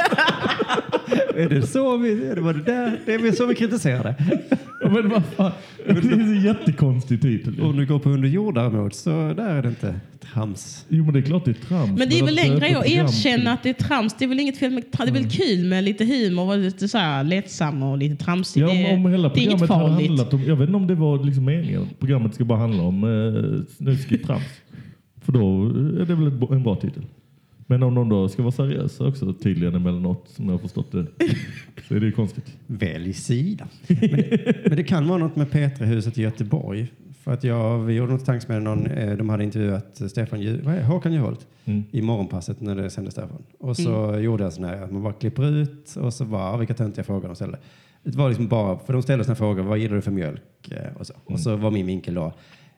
Speaker 2: är det så vi... är Det var det där. Det är så vi kritiserade.
Speaker 4: Ja, men vad fan. Det är en jättekonstig titel. ju.
Speaker 2: Om du går på under jord däremot så där är det inte trams.
Speaker 4: Jo men det är klart det är trams.
Speaker 3: Men det är väl
Speaker 4: att
Speaker 3: längre
Speaker 4: döpa
Speaker 3: att
Speaker 4: program
Speaker 3: erkänna
Speaker 4: till-
Speaker 3: att det är trams. Det är väl inget fel med Det är väl kul med lite humor, vara lite så här lättsam och lite tramsig.
Speaker 4: Ja,
Speaker 3: det, är-
Speaker 4: om, om hela
Speaker 3: det är inget
Speaker 4: programmet hade
Speaker 3: farligt.
Speaker 4: handlat om, jag vet inte om det var liksom meningen. Programmet ska bara handla om eh, snuskigt trams. För då är det väl ett bo- en bra titel. Men om de då ska vara seriösa också tydligen emellanåt som jag har förstått det. Så är det ju konstigt.
Speaker 2: Välj sida. Men, men det kan vara något med P3-huset i Göteborg. För att jag, vi gjorde något tanks med någon, eh, de hade intervjuat Stefan Ju, vad är, det? Håkan Juholt
Speaker 4: Mm.
Speaker 2: i morgonpasset när det sändes därifrån. Och så gjorde jag sån här, att man bara klipper ut och så bara, ah, vilka töntiga frågor de ställde. Det var liksom bara, för de ställde såna frågor, vad gillar du för mjölk? Eh, Och så, och så var min vinkel då,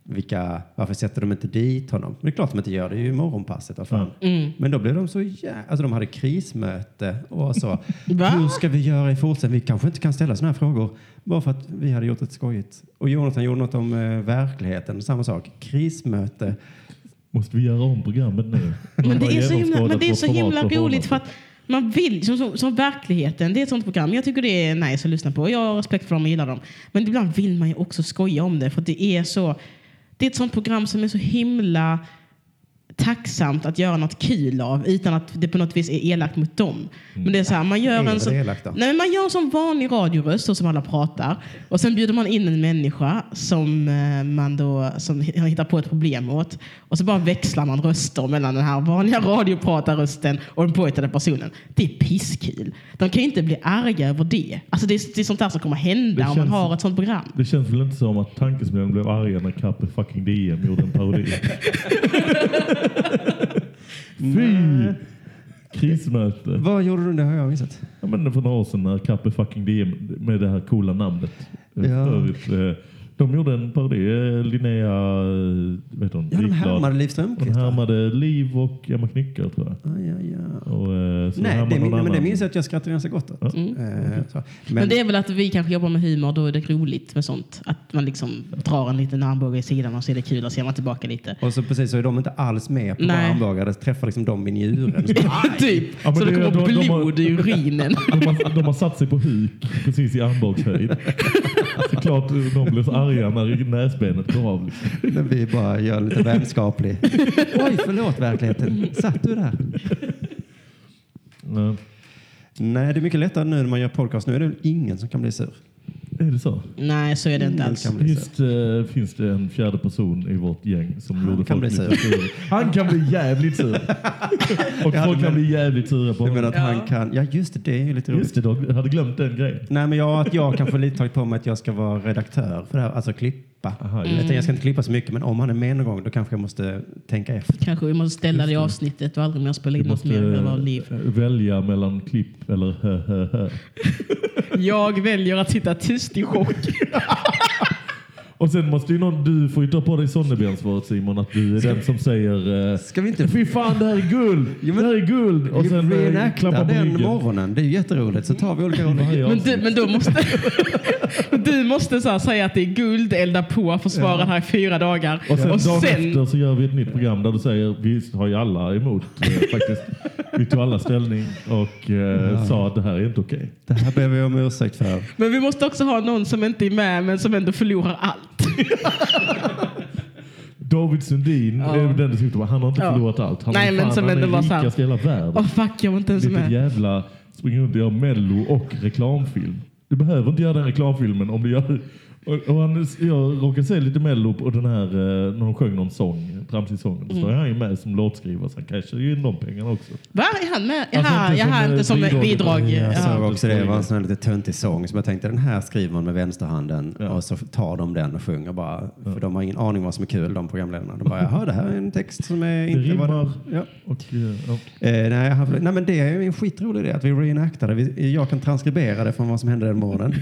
Speaker 2: vilka, varför sätter de inte dit honom? Men det är klart de inte gör, det är ju morgonpasset, vad fan. Men då blev de så jävla, alltså de hade krismöte och så.
Speaker 3: Va?
Speaker 2: Hur ska vi göra i fortsättningen? Vi kanske inte kan ställa sådana här frågor. Bara för att vi hade gjort ett skojigt. Och Jonathan gjorde något om eh, verkligheten, samma sak. Krismöte.
Speaker 4: Måste vi göra om programmet nu?
Speaker 3: Men det är så himla, men det är så himla
Speaker 4: Format och
Speaker 3: roligt för
Speaker 4: format.
Speaker 3: att man vill, som, som, som verkligheten, det är ett sånt program. Jag tycker det är nice att lyssna på. Jag har respekt för dem och gillar dem. Men ibland vill man ju också skoja om det för att det är så, det är ett sånt program som är så himla tacksamt att göra något kul av utan att det på något vis är elakt mot dem. Men det är så här, man gör
Speaker 2: Är
Speaker 3: en
Speaker 2: det
Speaker 3: sån,
Speaker 2: elakt då?
Speaker 3: nej, men man gör en sån vanlig radioröst så som alla pratar och sen bjuder man in en människa som eh, man då som h- hittar på ett problem åt och så bara växlar man röster mellan den här vanliga radiopratarrösten och den påhittade personen. Det är pisskul. De kan ju inte bli arga över det. Alltså det är, det är sånt där som kommer hända
Speaker 4: Det
Speaker 3: om man
Speaker 4: känns-
Speaker 3: har ett sånt program.
Speaker 4: Det känns väl inte som att tankesmedjan blev arga när Kappe fucking DM gjorde en parodi. Fy! Krismöte.
Speaker 2: Vad gjorde du? Det har jag missat.
Speaker 4: Jag menar för några år sedan när Kappe fucking DM med det här coola namnet.
Speaker 2: Ja.
Speaker 4: eh, för övrigt, eh, De gjorde en parodi. eh, Linnea, eh, vet hon,
Speaker 2: Ja, de
Speaker 4: Wikblad.
Speaker 2: härmade Liv
Speaker 4: Hon
Speaker 2: Strömquist. va?
Speaker 4: härmade Liv och Emma Knyckare tror jag.
Speaker 2: Ja, ja, ja.
Speaker 4: Och, eh, så
Speaker 2: Nej,
Speaker 4: härmade
Speaker 2: det, min-
Speaker 4: någon
Speaker 2: men det
Speaker 4: annan. Mm.
Speaker 2: minns jag att jag skrattade ganska gott åt. Eh, så. Men,
Speaker 3: Men det är väl att vi kanske jobbar med humor, då är det roligt med sånt. Att man liksom drar en liten armbåge i sidan och så är det kul och ser man tillbaka lite.
Speaker 2: Och så precis så är de inte alls med på
Speaker 3: Nej.
Speaker 2: armbågar. Det träffar liksom dem i njuren.
Speaker 3: typ.
Speaker 4: Ja, men
Speaker 3: så det,
Speaker 4: det-
Speaker 3: kommer
Speaker 4: de- de har-
Speaker 3: blod i urinen.
Speaker 4: De har, de har satt sig på huk precis i armbågshöjd. Såklart de blev så arga när näsbenet går av. Liksom.
Speaker 2: När vi bara gör lite vänskaplig. Oj, förlåt verkligheten. Satt du där?
Speaker 4: Nej.
Speaker 2: Nej, det är mycket lättare nu när man gör podcast. Nu är det väl ingen som kan bli sur.
Speaker 4: Är det så?
Speaker 3: Nej, så är det
Speaker 4: Mm.
Speaker 3: inte
Speaker 2: Ingen
Speaker 3: alls.
Speaker 2: kan bli sur.
Speaker 4: Visst eh, finns det en fjärde person i vårt gäng som
Speaker 2: Han
Speaker 4: gjorde
Speaker 2: kan
Speaker 4: folk
Speaker 2: bli
Speaker 4: lite sura. Han kan bli jävligt sur. Och folk kan bli jävligt sura på
Speaker 2: Du menar
Speaker 4: honom.
Speaker 2: att han kan... Ja, just det. Det är ju lite roligt.
Speaker 4: Just det, Dag, jag hade glömt den grejen.
Speaker 2: Nej, men jag, att jag kanske lite tagit på mig att jag ska vara redaktör för det här, alltså klippa.
Speaker 4: Aha, just
Speaker 2: jag, tänkte, jag ska inte klippa så mycket, men om han är med någon gång då kanske jag måste tänka efter.
Speaker 3: Kanske vi måste ställa det i avsnittet och aldrig mer spela in
Speaker 4: Du
Speaker 3: något
Speaker 4: måste
Speaker 3: mer med vår
Speaker 4: eh,
Speaker 3: liv.
Speaker 4: välja mellan klipp eller hö, hö, hö.
Speaker 3: Jag väljer att sitta tyst i chock.
Speaker 4: Och sen måste ju någon, du får ju ta på dig sonnebensvaret Simon, att du är den som säger eh,
Speaker 2: Ska vi inte
Speaker 4: Fy fan, det här är guld!
Speaker 2: Jo, men-
Speaker 4: det här är guld! Och sen eh,
Speaker 2: reenacta
Speaker 4: klappa på
Speaker 2: den
Speaker 4: ryggen.
Speaker 2: morgonen? Det är ju jätteroligt. Så tar vi olika roller.
Speaker 3: Men
Speaker 4: Varje avsnitt.
Speaker 3: du, men då måste... Du måste så här säga att det är guld, elda på, försvara det här i fyra dagar.
Speaker 4: Och sen dagen efter så gör vi ett nytt program där du säger vi har ju alla emot eh, faktiskt. Vi tog alla ställning och eh, sa att det här är inte okej.
Speaker 2: Det här ber vi om ursäkt för.
Speaker 3: Men vi måste också ha någon som inte är med men som ändå förlorar allt.
Speaker 4: David Sundin,
Speaker 3: Ja.
Speaker 4: är den dessutom, han har inte
Speaker 3: Ja.
Speaker 4: förlorat allt. Han,
Speaker 3: Nej,
Speaker 4: är
Speaker 3: men
Speaker 4: fan,
Speaker 3: som
Speaker 4: han är
Speaker 3: ändå var så här-
Speaker 4: rikast i hela världen.
Speaker 3: Åh fuck, jag var inte ens
Speaker 4: Vilket
Speaker 3: med.
Speaker 4: jävla spring runt och gör mello och reklamfilm. Du behöver inte göra den reklamfilmen om du gör... Och, och han, jag råkade se lite mello på den här eh, när de sjöng någon sång, tramsig sång. Då
Speaker 3: Mm.
Speaker 4: är han ju med som låtskrivare så han cashar ju in de pengarna också.
Speaker 3: Va? Är han med? Jaha,
Speaker 4: Alltså, inte
Speaker 3: jag har
Speaker 4: som,
Speaker 3: inte
Speaker 4: eh,
Speaker 3: som bidrag.
Speaker 4: bidrag.
Speaker 2: Jag
Speaker 3: Jaha.
Speaker 2: såg också det. Det var en sån här lite töntig sång som jag tänkte den här skriver man med vänsterhanden och så tar de den och sjunger bara. För de har ingen aning vad som är kul, de programledarna. De bara, jaha, det här är en text som är
Speaker 4: Det
Speaker 2: inte vad
Speaker 4: rimmar.
Speaker 2: den... Ja.
Speaker 4: Och, eh, ja.
Speaker 2: Eh, nej, han, nej, men det är ju en skitrolig idé att vi reenactar det. Vi, jag kan transkribera det från vad som hände den morgonen.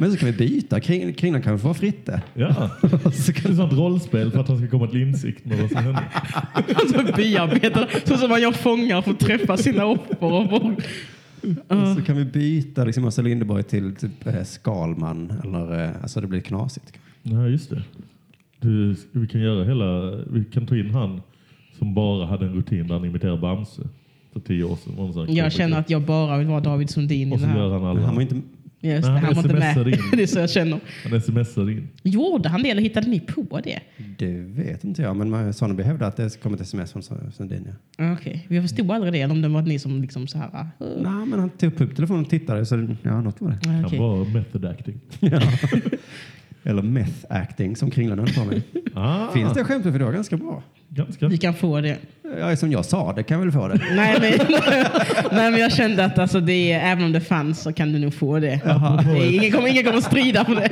Speaker 2: Men så kan vi byta. Kring- Kringlan kan vi få vara Fritte.
Speaker 4: Ja,
Speaker 2: Så
Speaker 4: det är
Speaker 2: kan,
Speaker 4: ett sånt rollspel för att han ska komma till insikt med vad som hände.
Speaker 3: Alltså bearbetare. Så som man gör fångar för att träffa sina offer. Och vård.
Speaker 2: så kan vi byta liksom, Åsa Linderborg till typ, eh, Skalman. Eller, eh, alltså det blir knasigt.
Speaker 4: Nej, just det. Du, vi kan göra hela, vi kan ta in han som bara hade en rutin där han imiterar Bamse för tio år sedan. Var en sån
Speaker 3: Jag
Speaker 4: här komiker.
Speaker 3: känner att jag bara vill vara David Sundin i
Speaker 4: Och
Speaker 3: den
Speaker 4: så
Speaker 3: här.
Speaker 4: gör han alla.
Speaker 2: Men han var
Speaker 4: Han,
Speaker 2: ju inte...
Speaker 3: Just det,
Speaker 4: Nej,
Speaker 3: han var inte med.
Speaker 4: smsar in.
Speaker 3: det är så jag känner.
Speaker 4: smsar in.
Speaker 3: Gjorde han det eller hittade ni på det?
Speaker 2: Det vet inte jag, men man- Sonneby hävdade att det kom ett sms från Son- Sundin. Ja.
Speaker 3: Ah, Okej, vi förstod aldrig det. Eller om det var ni som liksom så här... ah, eh.
Speaker 2: Nej, men han tog upp telefonen och tittade, så det- ja, något var det.
Speaker 3: Ah,
Speaker 4: Han
Speaker 3: okej.
Speaker 4: var method acting.
Speaker 2: Ja. Eller meth acting, som Kringlan höll på med.
Speaker 4: Ah,
Speaker 2: Finns det skämt för det var ganska bra.
Speaker 4: Ganska.
Speaker 3: Vi kan få det.
Speaker 2: Ja, som jag sa, det kan jag väl få det.
Speaker 3: Nej men, nej, men jag kände att alltså, det, är- även om det fanns så kan du nog få det. det är, ingen, kommer, ingen kommer strida på det.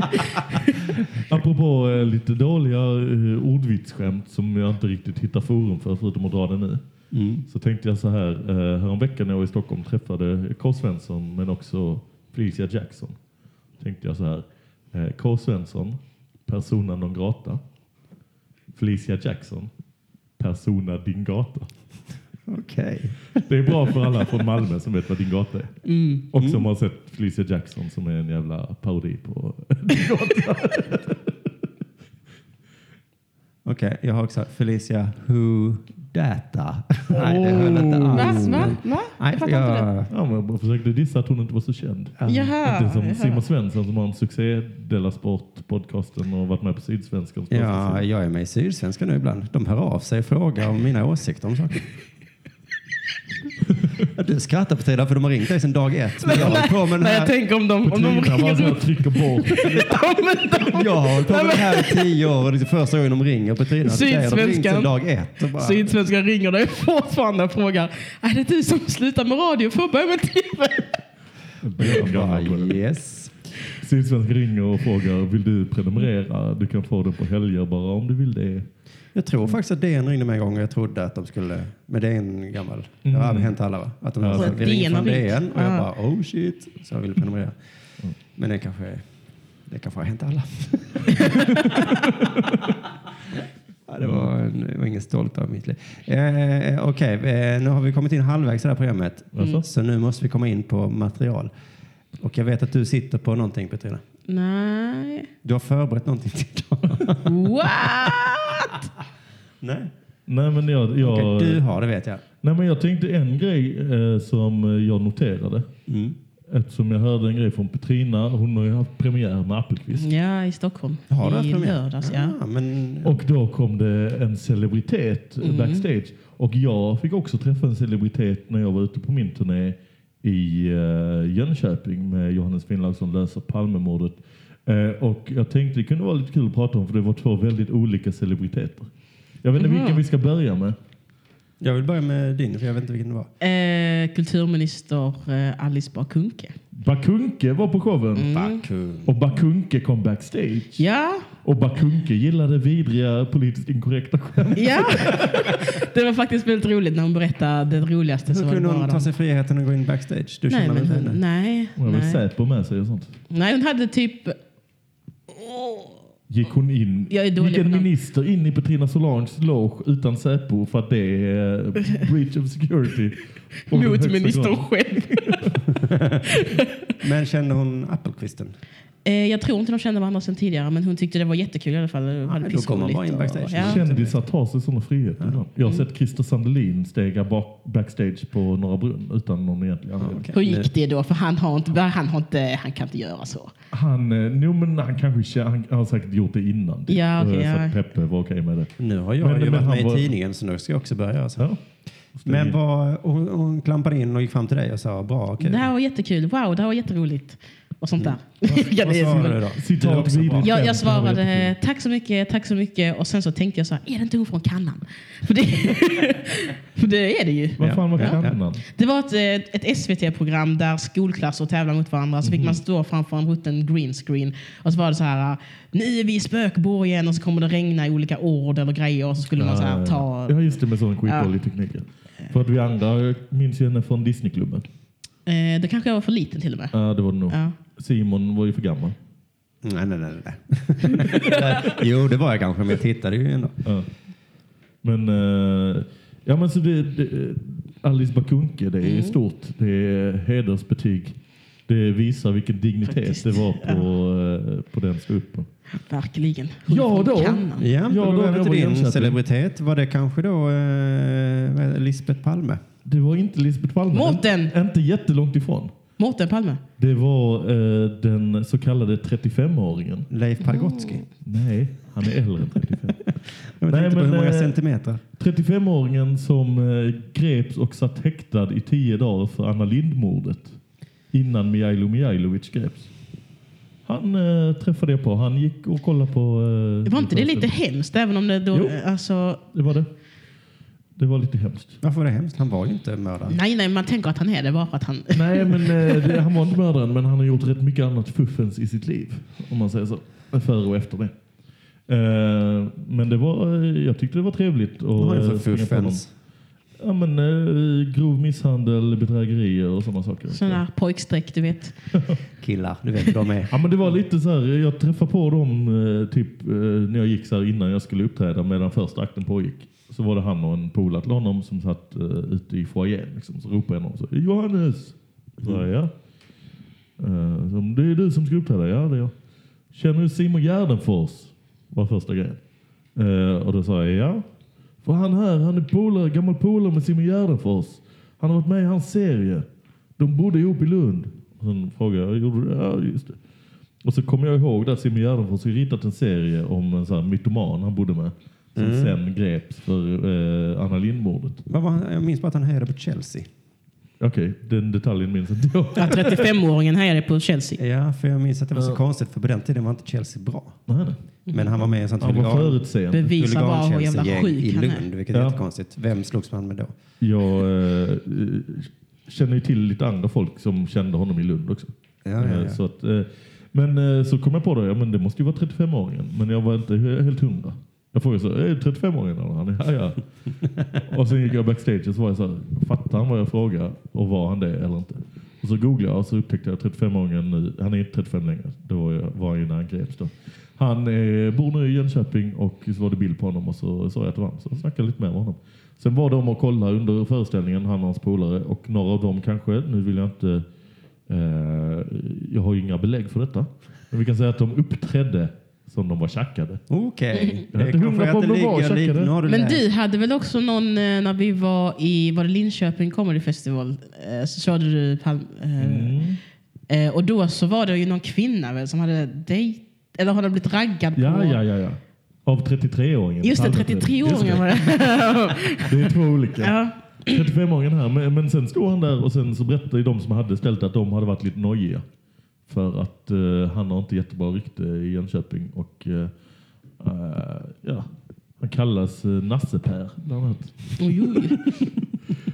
Speaker 4: Apropå eh, lite dåliga eh, ordvitsskämt som jag inte riktigt hittar forum för förutom att dra det nu. Så tänkte jag så här. Eh, häromveckan när jag var i Stockholm träffade K. Svensson men också Felicia Jackson. Tänkte jag så här. Eh, K. Svensson, persona non grata. Felicia Jackson, persona din gata.
Speaker 2: Okej.
Speaker 4: Det är bra för alla från Malmö som vet vad din gata är. Och som har sett Felicia Jackson som är en jävla parodi på
Speaker 2: Okej, jag har också Felicia Who Data. Nej, det höll inte alls.
Speaker 3: Va?
Speaker 2: men-
Speaker 3: Va?
Speaker 2: Nej,
Speaker 3: Jag fattar inte det.
Speaker 2: jag,
Speaker 4: Ja, men jag bara försökte dissa att hon inte var så känd.
Speaker 3: Jaha.
Speaker 4: inte som
Speaker 3: jaha.
Speaker 4: Simon Svensson som har en succé, Della Sport-podcasten och varit med på Sydsvenskan.
Speaker 2: ja, jag är med i Sydsvenska nu ibland. De hör av sig och frågar om mina åsikter om saker. Du skrattar på tiden för de har ringt dig sedan dag ett. Men jag har hållit på med den
Speaker 3: Nej, jag
Speaker 2: här,
Speaker 3: tänker om de, om de
Speaker 4: Petrina
Speaker 3: ringer
Speaker 4: bara så här
Speaker 3: upp.
Speaker 4: trycker bort.
Speaker 3: om
Speaker 2: jag har hållit på med
Speaker 3: Nej,
Speaker 2: det här i tio år och det är första gången de ringer på Petrina. till dig. De har ringt sedan
Speaker 3: Sydsvenskan.
Speaker 2: dag ett. Och bara,
Speaker 3: Sydsvenskan ringer dig fortfarande och frågar är det du som slutar med radio för att börja med TV?
Speaker 2: jag bara, yes.
Speaker 4: Sydsvenskan ringer och frågar vill du prenumerera? Du kan få den på helger bara om du vill det.
Speaker 2: Jag tror faktiskt att DN ringde mig en gång och jag trodde att de skulle, men det är en gammal, det har hänt alla va? Att de
Speaker 4: Ja.
Speaker 2: har sagt, vi ringer
Speaker 3: DN har
Speaker 2: från
Speaker 3: ringt.
Speaker 2: DN och
Speaker 3: Ah.
Speaker 2: jag bara oh shit, så jag ville prenumerera. Men det kanske, är- det kanske har hänt alla. ja, det, var en, det var ingen stolt av mitt liv. Eh, Okej, eh, nu har vi kommit in halvvägs i det här programmet. Mm.
Speaker 4: Alltså?
Speaker 2: Så nu måste vi komma in på material. Och jag vet att du sitter på någonting Petrina.
Speaker 3: Nej.
Speaker 2: Du har förberett någonting till idag.
Speaker 3: What?
Speaker 2: Nej.
Speaker 4: Nej men jag, jag,
Speaker 2: Okej, du har det vet jag.
Speaker 4: nej, men jag tänkte en grej eh, som jag noterade.
Speaker 2: Mm.
Speaker 4: Eftersom jag hörde en grej från Petrina. Hon har ju haft premiär med Appelqvist.
Speaker 3: Ja, i Stockholm.
Speaker 2: Har du
Speaker 3: I
Speaker 2: haft premiär?
Speaker 3: lördags, ja. Mm.
Speaker 2: Ja, men
Speaker 4: Och då kom det en celebritet eh, backstage. Och jag fick också träffa en celebritet när jag var ute på min turné i eh, Jönköping med Johannes Finnlaugsson löser Palmemordet. Eh, och jag tänkte det kunde vara lite kul att prata om för det var två väldigt olika celebriteter. Jag vet inte
Speaker 3: Mhm.
Speaker 4: vilken vi ska börja med.
Speaker 2: Jag vill börja med din, för jag vet inte vilken det var.
Speaker 3: Eh, kulturminister eh, Alice Bah Kuhnke.
Speaker 4: Bakunke var på showen.
Speaker 2: Bakung.
Speaker 4: Och Bakunke kom backstage.
Speaker 3: Mm. Ja,
Speaker 4: Och Bakunke gillade vidriga politiskt inkorrekta skämt.
Speaker 3: ja. det var faktiskt väldigt roligt när hon berättade det roligaste. så
Speaker 2: Hur
Speaker 3: var det
Speaker 2: kunde hon
Speaker 3: bara
Speaker 2: ta
Speaker 3: de-
Speaker 2: sig friheten att gå in backstage? Du
Speaker 3: Nej,
Speaker 2: känner väl
Speaker 3: men
Speaker 2: inte
Speaker 3: hon,
Speaker 2: henne?
Speaker 3: nej,
Speaker 4: Hon hade väl
Speaker 3: nej.
Speaker 4: Säpo med sig och sånt.
Speaker 3: nej, hon hade typ... Åh.
Speaker 4: Gick hon in?
Speaker 3: Jag är dålig
Speaker 4: gick en
Speaker 3: på namn.
Speaker 4: minister in i Petrina Solanges loge utan Säpo för att det är eh, breach of security? Och den
Speaker 3: Mot
Speaker 4: högsta
Speaker 3: ministern
Speaker 4: graden.
Speaker 3: själv.
Speaker 2: Men kände hon Appelqvisten?
Speaker 3: Eh, jag tror inte de kände varandra sedan tidigare, men hon tyckte det var jättekul i alla fall. Hon hade
Speaker 2: då kom man
Speaker 3: pissroligt
Speaker 2: bara in
Speaker 3: och-
Speaker 2: backstage.
Speaker 3: Ja.
Speaker 4: Kändisar tar sig sådana friheter ibland. Jag har sett Christer Sandelin stega bak, backstage på Norra Brunn utan någon egentlig anledning.
Speaker 2: Okej.
Speaker 3: Hur gick det då? För han, har inte, han, har inte, han kan inte göra så.
Speaker 4: Han, eh, no, men han kanske kä- han, han har säkert gjort det innan. typ.
Speaker 3: Ja, okej,
Speaker 4: Och, eh, så
Speaker 3: ja.
Speaker 4: att Peppe var okej med det.
Speaker 2: Nu har jag
Speaker 4: Men-
Speaker 2: ju
Speaker 4: men han
Speaker 2: varit med
Speaker 4: var-
Speaker 2: i tidningen, så nu ska jag också börja göra så.
Speaker 4: Ja.
Speaker 2: Men vad, hon, hon klampade in och gick fram till dig och sa bra, okej. Mm.
Speaker 3: Det här var jättekul. Wow, det här var jätteroligt. Och sånt där. ja,
Speaker 2: Vad
Speaker 3: det är så
Speaker 2: svarade du
Speaker 3: roligt.
Speaker 2: då?
Speaker 4: Citat
Speaker 2: Du är också bra.
Speaker 4: vidrigt.
Speaker 3: jag,
Speaker 4: Det var
Speaker 3: jag svarade
Speaker 4: jättekul.
Speaker 3: tack så mycket, tack så mycket. Och sen så tänkte jag så här, är det inte hon från Kannan? För det, för det är det ju.
Speaker 4: Vad fan var
Speaker 2: Ja.
Speaker 4: kannan?
Speaker 3: Det var ett, ett SVT-program där skolklasser tävlar mot varandra. Så fick
Speaker 2: Mhm.
Speaker 3: man stå framför en rutten green screen. Och så var det så här, nu är vi i spökborgen och så kommer det regna i olika ord eller grejer. Och så skulle man så här ta...
Speaker 4: Eh, Ja, just det med sån skitdålig teknik. ja. För att vi andra eh, minns ju henne från Disneyklubben.
Speaker 3: Eh, det kanske jag var för liten till och med.
Speaker 4: Ja, det var det nog.
Speaker 3: Ja.
Speaker 4: Simon var ju för gammal.
Speaker 2: Nej, nej, nej. nej. jo, det var jag kanske, men jag tittade ju ändå.
Speaker 4: Ja. Men, eh, ja, men så det, det, Alice Bakunke, det är stort. Det är hedersbetyg. Det visar vilken dignitet
Speaker 3: Faktiskt,
Speaker 4: det var på, eh, på den ståuppen.
Speaker 3: Verkligen. Hon
Speaker 4: Ja,
Speaker 3: är från
Speaker 4: då.
Speaker 3: Kannan.
Speaker 2: Ja,
Speaker 4: då
Speaker 2: då
Speaker 4: var
Speaker 2: var
Speaker 4: jag
Speaker 2: det
Speaker 4: i
Speaker 2: din
Speaker 4: Jönköping.
Speaker 2: celebritet. Var det kanske då eh, vad heter det, Lisbeth Palme?
Speaker 4: Det var inte Lisbeth Palme.
Speaker 3: Mårten!
Speaker 4: Inte- Inte jättelångt ifrån.
Speaker 3: Mårten Palme.
Speaker 4: Det var eh, den så kallade 35-åringen.
Speaker 2: Leif Pagrotsky?
Speaker 4: Nej, han är äldre än 35.
Speaker 2: Jag
Speaker 4: Nej,
Speaker 2: vet inte på
Speaker 4: men,
Speaker 2: hur många
Speaker 4: eh,
Speaker 2: centimeter.
Speaker 4: 35-åringen som eh, greps och satt häktad i tio dagar för Anna Lindh-mordet innan Mijailo Mijailovic greps. Han eh, träffade jag på. Han gick och kollade på... Eh,
Speaker 3: Var
Speaker 2: Mm.
Speaker 3: inte det lite hemskt? Även om det då...
Speaker 4: Jo.
Speaker 3: Alltså,
Speaker 4: Det var det. Det var lite hemskt.
Speaker 2: Varför var det hemskt? Han var ju inte mördaren.
Speaker 3: nej, nej, man tänker att han är det bara för att han...
Speaker 4: Nej, men eh, det, han var inte mördaren, men han har gjort rätt mycket annat fuffens i sitt liv. Om man säger så. före och efter det. Eh, men det var, eh, jag tyckte det var trevligt. att,
Speaker 2: Vad har jag
Speaker 4: eh,
Speaker 2: för
Speaker 4: springa på dem.
Speaker 2: fuffens?
Speaker 4: Ja, men, eh, grov misshandel, bedrägerier och sådana saker.
Speaker 3: Sådana här pojkstreck, du vet.
Speaker 2: Killar, du vet hur de är.
Speaker 4: Ja, men det var lite så här, jag träffade på dem eh, typ, eh, när jag gick så här innan jag skulle uppträda medan första akten pågick. Så var det han och en polare till honom som satt eh, ute i foajén. Liksom, så ropade jag honom så Johannes! Så jag, ja. Eh, så, det är du som ska uppträda? Ja, det är jag. Känner du Simon Gärdenfors? Var första grejen. Eh, och då sa jag ja. För han här, han är polare, gammal polare med Simon Gärdenfors. Han har varit med i hans serie. De bodde ihop i Lund. Och sen frågade jag, gjorde du det? Ja, just det. Och så kommer jag ihåg att Simon Gärdenfors har ritat en serie om en sån här mytoman han bodde med. Som sen greps för eh, Anna Lindh-mordet.
Speaker 2: Vad var han? Jag minns bara att han hejade på Chelsea.
Speaker 4: Okej, den detaljen minns inte jag.
Speaker 3: Ja, 35-åringen hejade på Chelsea.
Speaker 2: Ja, för jag minns att det var så konstigt för på den tiden var inte Chelsea bra.
Speaker 4: Nej, nej.
Speaker 2: Men han var med i en sån
Speaker 4: Han var
Speaker 2: huligan-
Speaker 4: förutseende.
Speaker 3: Bevisa bara hur jävla
Speaker 2: huligan-Chelsea-gäng
Speaker 3: sjuk
Speaker 2: i
Speaker 3: han är.
Speaker 2: Lund, vilket är
Speaker 4: Ja.
Speaker 2: jättekonstigt. Vem slogs man med då?
Speaker 4: Jag eh, eh, känner ju till lite andra folk som kände honom i Lund också.
Speaker 2: Ja, ja,
Speaker 4: Eh,
Speaker 2: ja.
Speaker 4: Så att, eh, men eh, så kom jag på det, ja, men det måste ju vara 35-åringen. Men jag var inte he- helt hundra. Jag frågade så, är det 35-åringen? eller?" Han ja, ja. och sen gick jag backstage och så var jag så här, fattar han vad jag frågar och var han det eller inte? Och så googlade jag och så upptäckte jag 35-åringen nu, han är inte 35 längre, det var, jag, var han ju när han greps då. Han eh, bor nu i Jönköping och så var det bild på honom och så sa jag att det var han. Så snackade jag lite mer med honom. Sen var de och kollade under föreställningen, han och hans polare och några av dem kanske, nu vill jag inte Eh, jag har ju inga belägg för detta. Men vi kan säga att de uppträdde som de var tjackade.
Speaker 2: Okej.
Speaker 4: Jag är inte
Speaker 2: Det
Speaker 4: hundra
Speaker 2: kanske
Speaker 4: på
Speaker 2: att det
Speaker 4: om de var
Speaker 2: ligger
Speaker 4: säkra.
Speaker 2: lite- nu har
Speaker 3: Men
Speaker 2: läst.
Speaker 3: du hade väl också någon, eh, när vi var i var det Linköping Comedy Festival, eh, så körde du Palm, eh,
Speaker 2: Mm.
Speaker 3: eh, Och då så var det ju någon kvinna väl som hade dejt, eller hade blivit raggad på...
Speaker 4: Ja, ja, ja, ja. Av 33-åringen.
Speaker 3: Just det,
Speaker 4: Palme-
Speaker 3: 33-åringen
Speaker 4: Just
Speaker 3: var det.
Speaker 4: det. Det är två olika.
Speaker 3: ja.
Speaker 4: 35-åringen här. Men, men sen stod han där och sen så berättade ju de som hade ställt att de hade varit lite nojiga. För att eh, han har inte jättebra rykte i Jönköping. Och eh, eh, ja, han kallas eh, Nasse-Per bland annat.
Speaker 3: Oj, oj.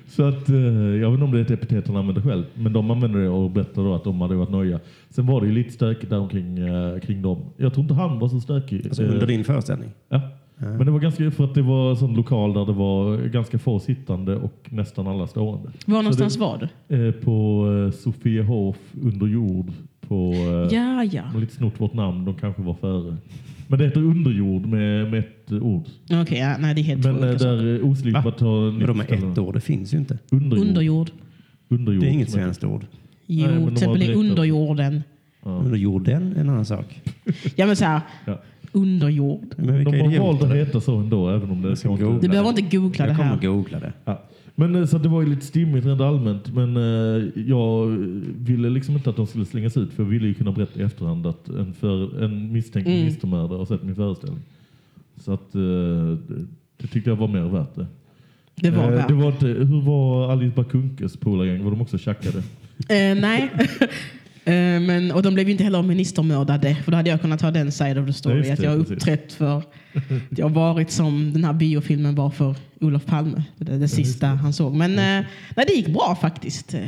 Speaker 4: Så att, eh, jag vet inte om det är ett epitet han använder själv, men de använder det och berättar då att de hade varit nöjda. Sen var det ju lite stökigt där omkring, eh, kring dem. Jag tror inte han var så stökig.
Speaker 2: Alltså,
Speaker 4: Eh,
Speaker 2: under din föreställning?
Speaker 4: ja. Men det var ganska, för att det var en sån lokal där det var ganska få sittande och nästan alla stående.
Speaker 3: Var någonstans var du?
Speaker 4: Eh, på eh, Sofiehof under jord på eh,
Speaker 3: Ja, ja.
Speaker 4: de har lite snott vårt namn, de kanske var före. Men det heter underjord med, med ett ord.
Speaker 3: Okej, ja, nej det är helt
Speaker 4: Mm. Men eh,
Speaker 3: olika saker.
Speaker 4: där eh, oslimpat har...
Speaker 2: Ah. Vadå med ett ord? Det finns ju inte.
Speaker 4: Underjord.
Speaker 3: Underjord.
Speaker 4: Underjord
Speaker 2: Det är inget
Speaker 4: som heter-
Speaker 2: svenskt ord.
Speaker 3: Jo,
Speaker 4: men de har
Speaker 3: till exempel i
Speaker 4: direkt-
Speaker 3: underjorden.
Speaker 2: Under jorden är en annan sak.
Speaker 3: Ja, men så här,
Speaker 4: Ja.
Speaker 3: underjord.
Speaker 2: Men vilka
Speaker 4: De har
Speaker 2: idioter
Speaker 4: valt att
Speaker 2: det är.
Speaker 4: heta så ändå, även om det
Speaker 2: ska
Speaker 4: kanske-
Speaker 2: googla.
Speaker 3: Du behöver inte googla det
Speaker 2: Jag kommer
Speaker 3: här.
Speaker 2: googla det.
Speaker 4: Ja. Men eh, så att det var ju lite stimmigt rent allmänt. Men eh, jag ville liksom inte att de skulle slängas ut för jag ville ju kunna berätta i efterhand att en, för, en misstänkt
Speaker 3: Mm.
Speaker 4: ministermördare har sett min föreställning. Så att eh, det, det tyckte jag var mer värt det.
Speaker 3: Det var
Speaker 4: Eh,
Speaker 3: värt
Speaker 4: det var inte, hur var Alice Bakunkes polargäng? Var de också tjackade?
Speaker 3: Eh, nej. Eh, men, och de blev ju inte heller ministermördade. För då hade jag kunnat ta den side of the
Speaker 4: Ja,
Speaker 3: story.
Speaker 4: just det,
Speaker 3: att jag har
Speaker 4: precis.
Speaker 3: uppträtt för... Att jag har varit som den här biofilmen var för Olof Palme. Det, det sista han såg. Men eh, nej, det gick bra faktiskt. Eh,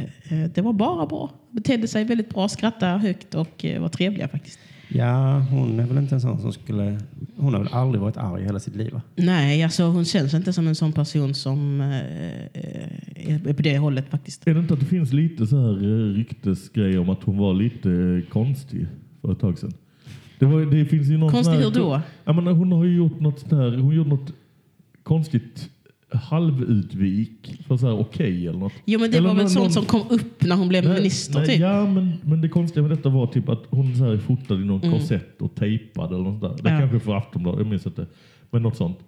Speaker 3: det var bara bra. Betedde sig väldigt bra, skrattade högt och eh, var trevliga faktiskt.
Speaker 2: Ja, hon är väl inte en sån som skulle... Hon har väl aldrig varit arg i hela sitt liv, va?
Speaker 3: Nej, alltså, hon känns inte som en sån person som eh, eh, är på det hållet faktiskt.
Speaker 4: Är det inte att det finns lite så här eh, ryktesgrejer om att hon var lite eh, konstig för ett tag sedan? Det, var, det finns ju någon sån
Speaker 3: Konstigt
Speaker 4: här-
Speaker 3: hur då?
Speaker 4: Jag menar, hon har ju gjort något sånt här, hon gjorde något konstigt halvutvik för så här okej eller något.
Speaker 3: Jo, men det
Speaker 4: Eller
Speaker 3: var väl
Speaker 4: någon-
Speaker 3: sånt som
Speaker 4: någon-
Speaker 3: kom upp när hon blev minister
Speaker 4: nej,
Speaker 3: typ.
Speaker 4: Ja, men, men det konstiga med detta var typ att hon så här fotade i någon korsett och tejpade eller något sånt där. Det
Speaker 3: Mm. Ja.
Speaker 4: kanske är för Aftonbladet, jag minns inte. Men något sånt.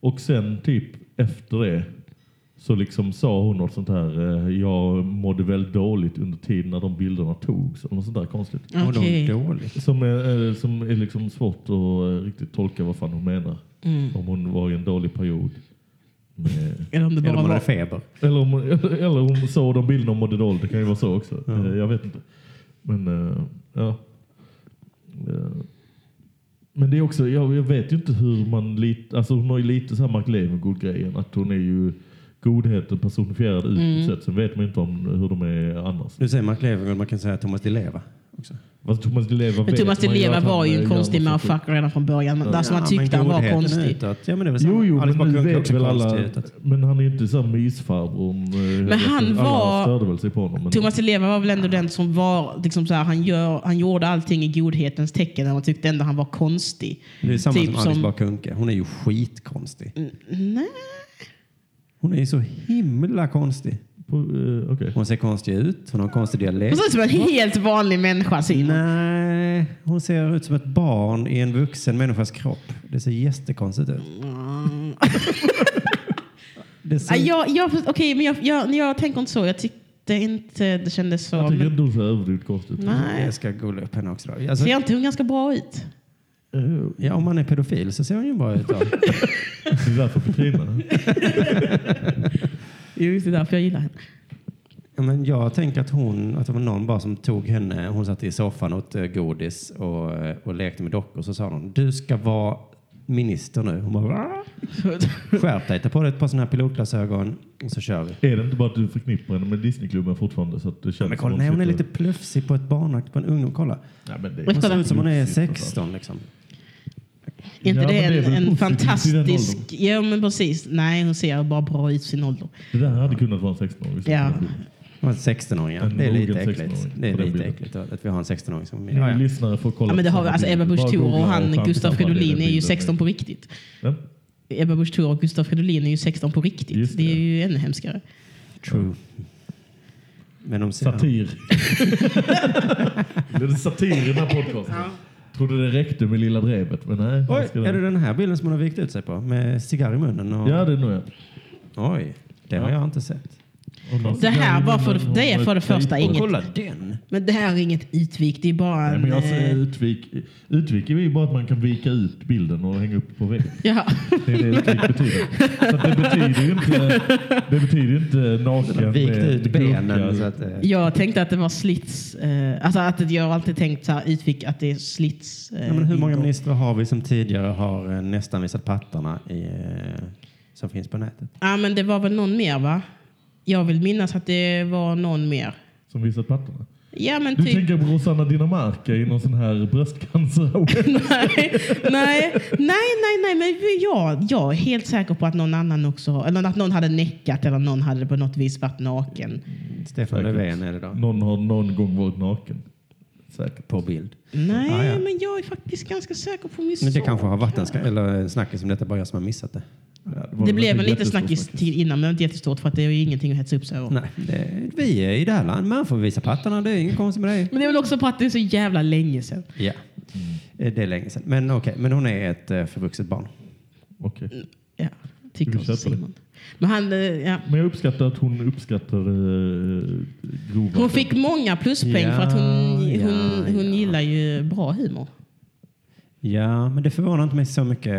Speaker 4: Och sen typ efter det så liksom sa hon något sånt här, eh, jag mådde väl dåligt under tiden när de bilderna togs. Eller något sånt där konstigt.
Speaker 2: Mår
Speaker 3: Okej.
Speaker 2: de dåligt?
Speaker 4: Som är, eh, som är liksom svårt att eh, riktigt tolka vad fan hon menar.
Speaker 3: Mm.
Speaker 4: Om hon var i en dålig period. Med,
Speaker 3: Eller om
Speaker 2: Eller
Speaker 3: det bara
Speaker 2: om hon
Speaker 3: var
Speaker 2: hade feber?
Speaker 4: eller, om, eller hon såg de bilderna och mådde dåligt. Det kan ju vara så också. Eh, Jag vet inte. Men eh, ja. Eh, Men det är också, jag, jag vet ju inte hur man lite, alltså hon har ju lite samma Mark Levengood-grejen. Att hon är ju godheten
Speaker 3: Mm.
Speaker 4: personifierad utåt sett. Sen vet man ju inte om hur de är annars.
Speaker 2: Nu säger Mark Levengood man kan säga Thomas Di Leva. också.
Speaker 4: Fast Thomas Di Leva
Speaker 3: Men
Speaker 4: vet
Speaker 3: Thomas Di
Speaker 4: man
Speaker 3: Leva
Speaker 4: att
Speaker 3: var
Speaker 4: han
Speaker 3: ju
Speaker 4: gör
Speaker 3: en konstig
Speaker 4: något så-
Speaker 3: motherfucker redan från början. Där som man
Speaker 2: Ja,
Speaker 3: tyckte
Speaker 2: men
Speaker 3: han var
Speaker 2: godheten
Speaker 3: konstig.
Speaker 2: Utåt. Ja, men det är väl samma.
Speaker 4: Jo, jo,
Speaker 2: Alice Bah
Speaker 4: men nu
Speaker 2: Kuhnke är
Speaker 4: vet
Speaker 2: också
Speaker 4: väl
Speaker 2: konstig
Speaker 4: alla.
Speaker 2: utåt.
Speaker 4: Men han är ju inte så här mysfarbror. om, eh,
Speaker 3: Men han
Speaker 4: alla
Speaker 3: var-
Speaker 4: störde väl sig på honom. Men
Speaker 3: Thomas Di Leva var väl ändå den som var, liksom så här, han, gör, han gjorde allting i godhetens tecken. och Man tyckte ändå han var konstig.
Speaker 2: Det är samma
Speaker 3: Typ
Speaker 2: som
Speaker 3: som-
Speaker 2: Alice Bah Kuhnke. Hon är ju skitkonstig.
Speaker 3: N- Nej.
Speaker 2: Hon är ju så himla konstig.
Speaker 4: på- eh, Okej.
Speaker 2: Hon ser konstig ut. Hon har en konstig
Speaker 3: Hon
Speaker 2: dialekt.
Speaker 3: ser ut som en helt vanlig människa Simon.
Speaker 2: Nej, hon ser ut som ett barn i en vuxen människas kropp. Det ser jättekonstigt ut.
Speaker 3: Mm.
Speaker 2: Det ser...
Speaker 3: Nej, jag, jag, okej, men jag, jag, jag tänker inte så. Jag tyckte inte det kändes så.
Speaker 4: Jag tycker
Speaker 3: Men,
Speaker 4: ändå hon ser överdrivet konstigt ut.
Speaker 3: nej.
Speaker 2: Jag ska googla upp henne också. Då. Alltså, eh,
Speaker 3: Ser inte hon ganska bra ut?
Speaker 2: ja, om man är pedofil så ser hon ju bra ut. Då.
Speaker 4: Det är därför Petrina.
Speaker 3: Jo, det är därför jag gillar henne.
Speaker 2: Ja, Men jag tänker att, hon, att det var någon bara som tog henne. Hon satt i soffan och åt eh, godis och, eh, och lekte med dockor. Så sa hon, du ska vara minister nu. Hon bara, "Va?" skärp dig, ta på dig ett par sådana här pilotglasögon och så kör vi.
Speaker 4: Är det inte bara att du förknippar henne med Disneyklubben fortfarande? Så att det känns
Speaker 2: Men
Speaker 4: som
Speaker 2: kolla, nej, hon är
Speaker 4: sitter-
Speaker 2: lite plufsig på ett barnakt på en ungdom. Kolla.
Speaker 4: Nej, men det
Speaker 3: Men
Speaker 2: Hon
Speaker 3: kolla.
Speaker 2: ser ut som hon är
Speaker 4: alltså.
Speaker 2: 16 liksom.
Speaker 3: Är inte
Speaker 4: Ja,
Speaker 3: det
Speaker 4: men det är
Speaker 3: en, en
Speaker 4: väl positivt i den
Speaker 3: fantastisk...
Speaker 4: åldern.
Speaker 3: Ja, men precis. Nej, hon ser bara bra ut i sin ålder.
Speaker 4: Det där hade kunnat vara en 16-åring.
Speaker 3: Ja.
Speaker 2: Hon är 16-åring, ja.
Speaker 4: En
Speaker 2: Det är lite
Speaker 4: mogen
Speaker 2: äckligt.
Speaker 4: 16-åring
Speaker 2: Det är
Speaker 4: på den
Speaker 2: lite
Speaker 4: bilden.
Speaker 2: äckligt att vi har en 16-åring som...
Speaker 4: Ni
Speaker 2: Ja, ja.
Speaker 4: lyssnare får kolla.
Speaker 3: Ja, men det
Speaker 4: på
Speaker 3: har vi,
Speaker 4: samma
Speaker 3: alltså
Speaker 4: bild.
Speaker 3: Ebba Busch
Speaker 4: Bara
Speaker 3: Thor och
Speaker 4: googla
Speaker 3: han,
Speaker 4: fram
Speaker 3: Gustaf
Speaker 4: till samma
Speaker 3: Fridolin
Speaker 4: bilden.
Speaker 3: är ju 16 på riktigt.
Speaker 4: Ja.
Speaker 3: Ebba Busch Thor och Gustaf Fridolin är ju 16 på riktigt.
Speaker 4: Just
Speaker 3: det.
Speaker 4: det.
Speaker 3: är ju ännu hemskare.
Speaker 2: True. Men de ser...
Speaker 4: Satir. det är satir i den här podcasten. Trodde det räckte med lilla brevet, men nej. här
Speaker 2: Oj,
Speaker 4: ska
Speaker 2: är det den här bilden som hon har vikt ut sig på? Med cigarr i munnen och...
Speaker 4: Ja, det är nog jag.
Speaker 2: Oj, det har jag inte sett.
Speaker 4: Och någon
Speaker 3: Det här
Speaker 4: cigarr i
Speaker 3: var för-
Speaker 4: munnen,
Speaker 3: det är
Speaker 4: hon
Speaker 3: för det
Speaker 4: har
Speaker 3: första
Speaker 4: tejp på-
Speaker 3: Inget-
Speaker 2: Kolla den!
Speaker 3: Men det här är inget utvik, det är bara
Speaker 4: Nej,
Speaker 3: en...
Speaker 4: men jag ser
Speaker 3: eh,
Speaker 4: utvik. Utvik är ju bara att man kan vika ut bilden och hänga upp på väggen.
Speaker 3: ja.
Speaker 4: Det är det utvik betyder. Så att det betyder ju inte, det betyder ju inte naken
Speaker 2: Den har vikt
Speaker 4: med
Speaker 2: ut benen.
Speaker 4: gurka.
Speaker 2: Så att, eh,
Speaker 3: Jag tänkte att det var slits. Eh, alltså att jag har alltid tänkt så här utvik, att det är slits. Eh,
Speaker 2: ja, men hur många
Speaker 3: bilder.
Speaker 2: ministrar har vi som tidigare har eh, nästan visat pattarna i, eh, som finns på nätet?
Speaker 3: Ja, men det var väl någon mer va? Jag vill minnas att det var någon mer.
Speaker 4: Som visat pattarna.
Speaker 3: Ja, men
Speaker 4: Du
Speaker 3: typ.
Speaker 4: tänker på Rosanna Dinamarca i någon sån här bröstcancer
Speaker 3: nej, nej, nej, nej, men jag, jag är helt säker på att någon annan också, eller att någon hade näckat eller någon hade på något vis varit naken.
Speaker 2: Stefan
Speaker 4: Säkert.
Speaker 2: Löfven är det då.
Speaker 4: Någon har någon gång varit naken. Säkert.
Speaker 2: På bild.
Speaker 3: Nej,
Speaker 2: Ah, ja.
Speaker 3: men jag är faktiskt ganska säker på min
Speaker 2: Men det
Speaker 3: sak
Speaker 2: kanske har varit en,
Speaker 3: här.
Speaker 2: ska- eller en snackis om detta, bara jag som har missat det.
Speaker 4: var
Speaker 3: Det
Speaker 4: väl
Speaker 3: blev
Speaker 4: inte
Speaker 3: en liten
Speaker 4: jättestor
Speaker 3: snackis till innan, men inte jättestort för att det är ju ingenting att hetsa upp sig över.
Speaker 2: Nej, det, vi är i det här landet. Man får visa pattarna. Det är inget konstigt med det.
Speaker 3: Men det är väl också på att det är så jävla länge sedan.
Speaker 2: Ja,
Speaker 4: Mm.
Speaker 2: Eh, det är länge sedan. Men okej, men hon är ett eh, förvuxet barn.
Speaker 4: Okej.
Speaker 3: Ja,
Speaker 4: Du
Speaker 3: tycker
Speaker 4: köper det.
Speaker 3: Simon. Men han, eh, ja.
Speaker 4: Men jag uppskattar att hon uppskattade eh, grova...
Speaker 3: Hon fick många pluspoäng för att hon,
Speaker 2: Ja,
Speaker 3: hon, hon
Speaker 2: ja.
Speaker 3: gillar ju bra humor.
Speaker 2: Ja, men det förvånar inte mig så mycket.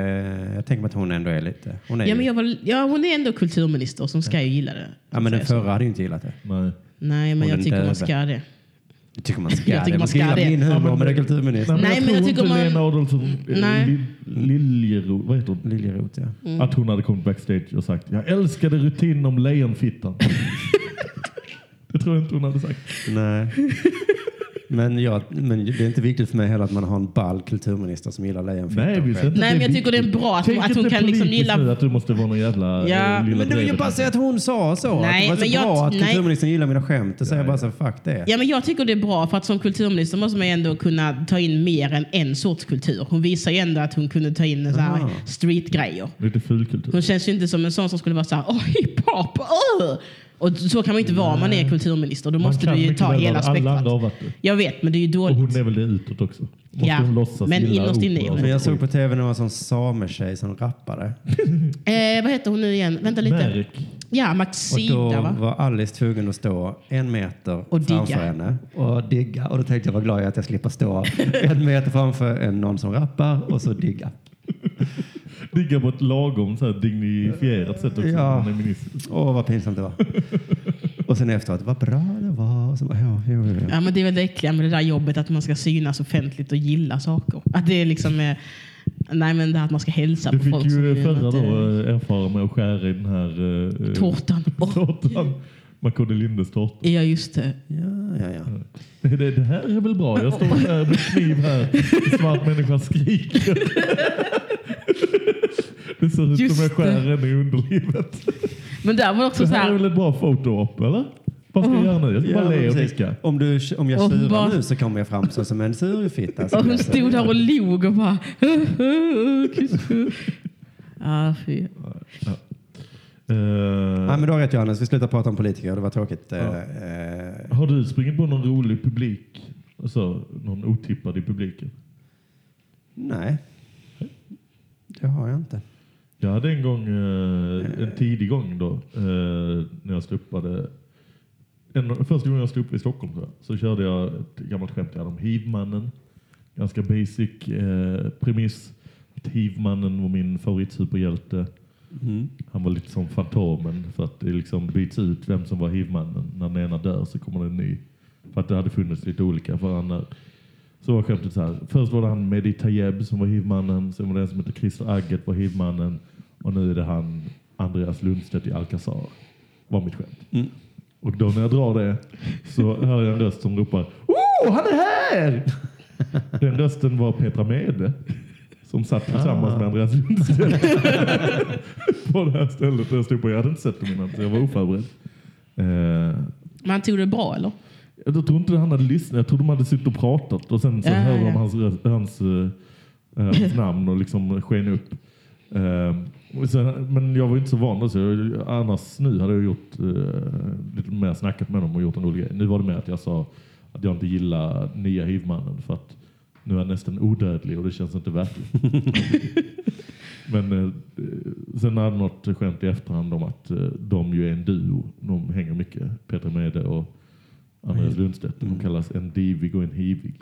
Speaker 2: Jag tänker mig att hon ändå är lite... Hon är
Speaker 3: Ja,
Speaker 2: ju-
Speaker 3: men jag var, ja, hon är ändå kulturminister som ska ju gilla det.
Speaker 2: Ja, men den
Speaker 3: Så jag-
Speaker 2: förra hade ju inte gillat det.
Speaker 4: Nej.
Speaker 3: Nej, men
Speaker 2: Och
Speaker 3: jag
Speaker 2: den
Speaker 3: tycker man
Speaker 2: döve.
Speaker 3: ska det.
Speaker 2: Jag tycker man ska
Speaker 3: Jag tycker
Speaker 2: det.
Speaker 3: man
Speaker 2: Man ska
Speaker 3: ska
Speaker 2: gilla
Speaker 3: det.
Speaker 2: min
Speaker 4: Ja,
Speaker 2: humor
Speaker 4: men
Speaker 2: med det
Speaker 4: det-
Speaker 2: kulturministern.
Speaker 3: Nej, men jag
Speaker 4: tror
Speaker 3: tycker
Speaker 4: inte
Speaker 3: man-
Speaker 4: Lena Adolfsson
Speaker 3: Nej. Mm.
Speaker 4: Nej. Liljeroth, vad heter hon?
Speaker 2: Liljeroth, ja.
Speaker 4: Att hon hade kommit backstage och sagt jag älskade rutin om lejonfittan. det tror jag inte hon hade sagt.
Speaker 2: Nej. Men, jag, men det är inte viktigt för mig heller att man har en ball kulturminister som gillar lejonfittor.
Speaker 4: Nej, vi ser inte
Speaker 3: Nej,
Speaker 4: det
Speaker 3: men jag tycker det är bra att hon-
Speaker 4: Tänk
Speaker 3: att hon
Speaker 4: inte
Speaker 3: kan liksom
Speaker 4: politiskt
Speaker 3: gilla-
Speaker 4: Nu, att du måste vara någon jävla
Speaker 3: Ja,
Speaker 4: eh,
Speaker 2: Men
Speaker 4: lilla
Speaker 2: det vill jag
Speaker 4: drevet.
Speaker 2: bara säga att hon sa så.
Speaker 3: Nej,
Speaker 2: att det var
Speaker 3: men
Speaker 2: så
Speaker 3: jag-
Speaker 2: bra att
Speaker 3: nej.
Speaker 2: kulturministern gillar mina skämt. Då säger jag bara så fuck det.
Speaker 3: Ja, men jag tycker det är bra för att som kulturminister måste man ju ändå kunna ta in mer än en sorts kultur. Hon visar ju ändå att hon kunde ta in så här
Speaker 2: Aha.
Speaker 3: streetgrejer.
Speaker 4: Lite fulkultur.
Speaker 3: Hon känns ju inte som en sån som skulle vara så här, åh hiphop, öh! Och så kan man ju inte vara om man är kulturminister. Då
Speaker 4: Man
Speaker 3: måste
Speaker 4: kan
Speaker 3: du ju
Speaker 4: mycket
Speaker 3: ta
Speaker 4: väl
Speaker 3: hela
Speaker 4: vara- Alla andra har
Speaker 3: spektrat.
Speaker 4: varit det.
Speaker 3: Jag vet, men det är ju
Speaker 4: Och hon
Speaker 3: dåligt.
Speaker 4: är väl det utåt också? Måste
Speaker 3: Ja,
Speaker 4: hon låtsas
Speaker 3: men
Speaker 4: gilla
Speaker 3: innerst inne är
Speaker 4: opera
Speaker 3: hon
Speaker 4: och
Speaker 2: Men jag
Speaker 4: sånt
Speaker 2: såg på tv när det var en sån sametjej som rappade.
Speaker 3: Eh, vad heter hon nu igen? Vänta
Speaker 4: skit?
Speaker 3: lite.
Speaker 4: Merk.
Speaker 3: Ja,
Speaker 2: Och
Speaker 3: Maxida
Speaker 2: då
Speaker 3: va?
Speaker 2: var Alice tvungen att stå en meter
Speaker 3: Och
Speaker 2: framför
Speaker 3: digga.
Speaker 2: henne och digga. Och då tänkte jag vad glad jag är att jag slipper stå en meter framför en, någon som rappar och så digga.
Speaker 4: Ligga på ett lagom så här dignifierat sätt också.
Speaker 2: Ja.
Speaker 4: när man är minister.
Speaker 2: Åh, vad pinsamt det var. Och sen efteråt, vad bra det var. Och så, bara, ja, jo, jo, jo.
Speaker 3: Ja, men det är väl det äckliga med det där jobbet att man ska synas offentligt och gilla saker. Att det är liksom... Eh, nej, men det här att man ska hälsa
Speaker 4: Du
Speaker 3: på
Speaker 4: fick
Speaker 3: folk. som
Speaker 4: ju
Speaker 3: gör
Speaker 4: förra
Speaker 3: något,
Speaker 4: då
Speaker 3: eh,
Speaker 4: eh, erfara med att skära i den här eh, eh,
Speaker 3: Tårtan. Åh,
Speaker 4: tårtan. Markoolio Lindes tårta.
Speaker 3: Ja, just det.
Speaker 2: Ja, ja, ja.
Speaker 4: Det, det, det här är väl bra? Jag står här med kniv här. En svart människa skriker. Det ser ut
Speaker 3: Just
Speaker 4: som jag skär
Speaker 3: det.
Speaker 4: henne i underlivet.
Speaker 3: Men där var också
Speaker 4: Det
Speaker 3: så
Speaker 4: här är
Speaker 3: här.
Speaker 4: väl ett bra foto-op, eller? Vad ska jag göra nu? Jag ska bara
Speaker 2: Ja,
Speaker 4: le och
Speaker 2: precis.
Speaker 4: nicka.
Speaker 2: om, du, om jag
Speaker 3: Och
Speaker 2: surar
Speaker 3: bara-
Speaker 2: nu så kommer jag fram så som en surfitta.
Speaker 3: Och hon
Speaker 2: skulle jag säga.
Speaker 3: stod där och log och bara... ah, fy.
Speaker 4: Eh,
Speaker 2: Nej, men du har rätt Johannes, vi slutar prata om politiker. Det var tråkigt. eh,
Speaker 4: Ja.
Speaker 2: eh,
Speaker 4: Har du sprungit på någon rolig publik? Alltså, någon otippad i publiken?
Speaker 2: nej, det har jag inte.
Speaker 4: Jag hade en gång, eh, en tidig gång då, eh, när jag stod uppade. En, första gången jag stod uppe i Stockholm tror jag, så körde jag ett gammalt skämt jag hade om hivmannen. Ganska basic eh, premiss. Att hivmannen var min favoritsuperhjälte.
Speaker 2: Mm.
Speaker 4: Han var lite som Fantomen för att det liksom byts ut vem som var hivmannen. När den ena dör så kommer det en ny. För att det hade funnits lite olika för han är- Så var skämtet så här. Först var det han Mehdi Tayeb som var hivmannen. Sen var det en som hette Christer Agget var hivmannen. Och nu är det han Andreas Lundstedt i Alcazar. Var mitt skämt. Och då när jag drar det så hör jag en röst som ropar Oh, han är här! Den rösten var Petra Mede. Som satt tillsammans med Andreas Lundstedt på det här stället där jag stod på. Jag hade inte sett dem innan, så jag var oförberedd. Eh,
Speaker 3: Men han tog det bra, eller?
Speaker 4: jag tror inte han hade lyssnat. Jag tror de hade suttit och pratat och sen så
Speaker 3: Ja,
Speaker 4: hörde
Speaker 3: ja.
Speaker 4: de hans, röst- hans, eh, eh, hans namn och liksom sken upp. Eh, och sen, men jag var inte så van då, så jag, annars nu hade jag gjort eh, lite mer snackat med dem och gjort en rolig grej. Nu var det mer att jag sa att jag inte gillar nya hivmannen för att nu är han nästan odödlig och det känns inte verkligt. Men eh, sen hade något skämt i efterhand om att eh, de ju är en duo. De hänger mycket, Petra Mede och
Speaker 2: Mm.
Speaker 4: Andreas Lundstedt. De kallas en divig och en hivig.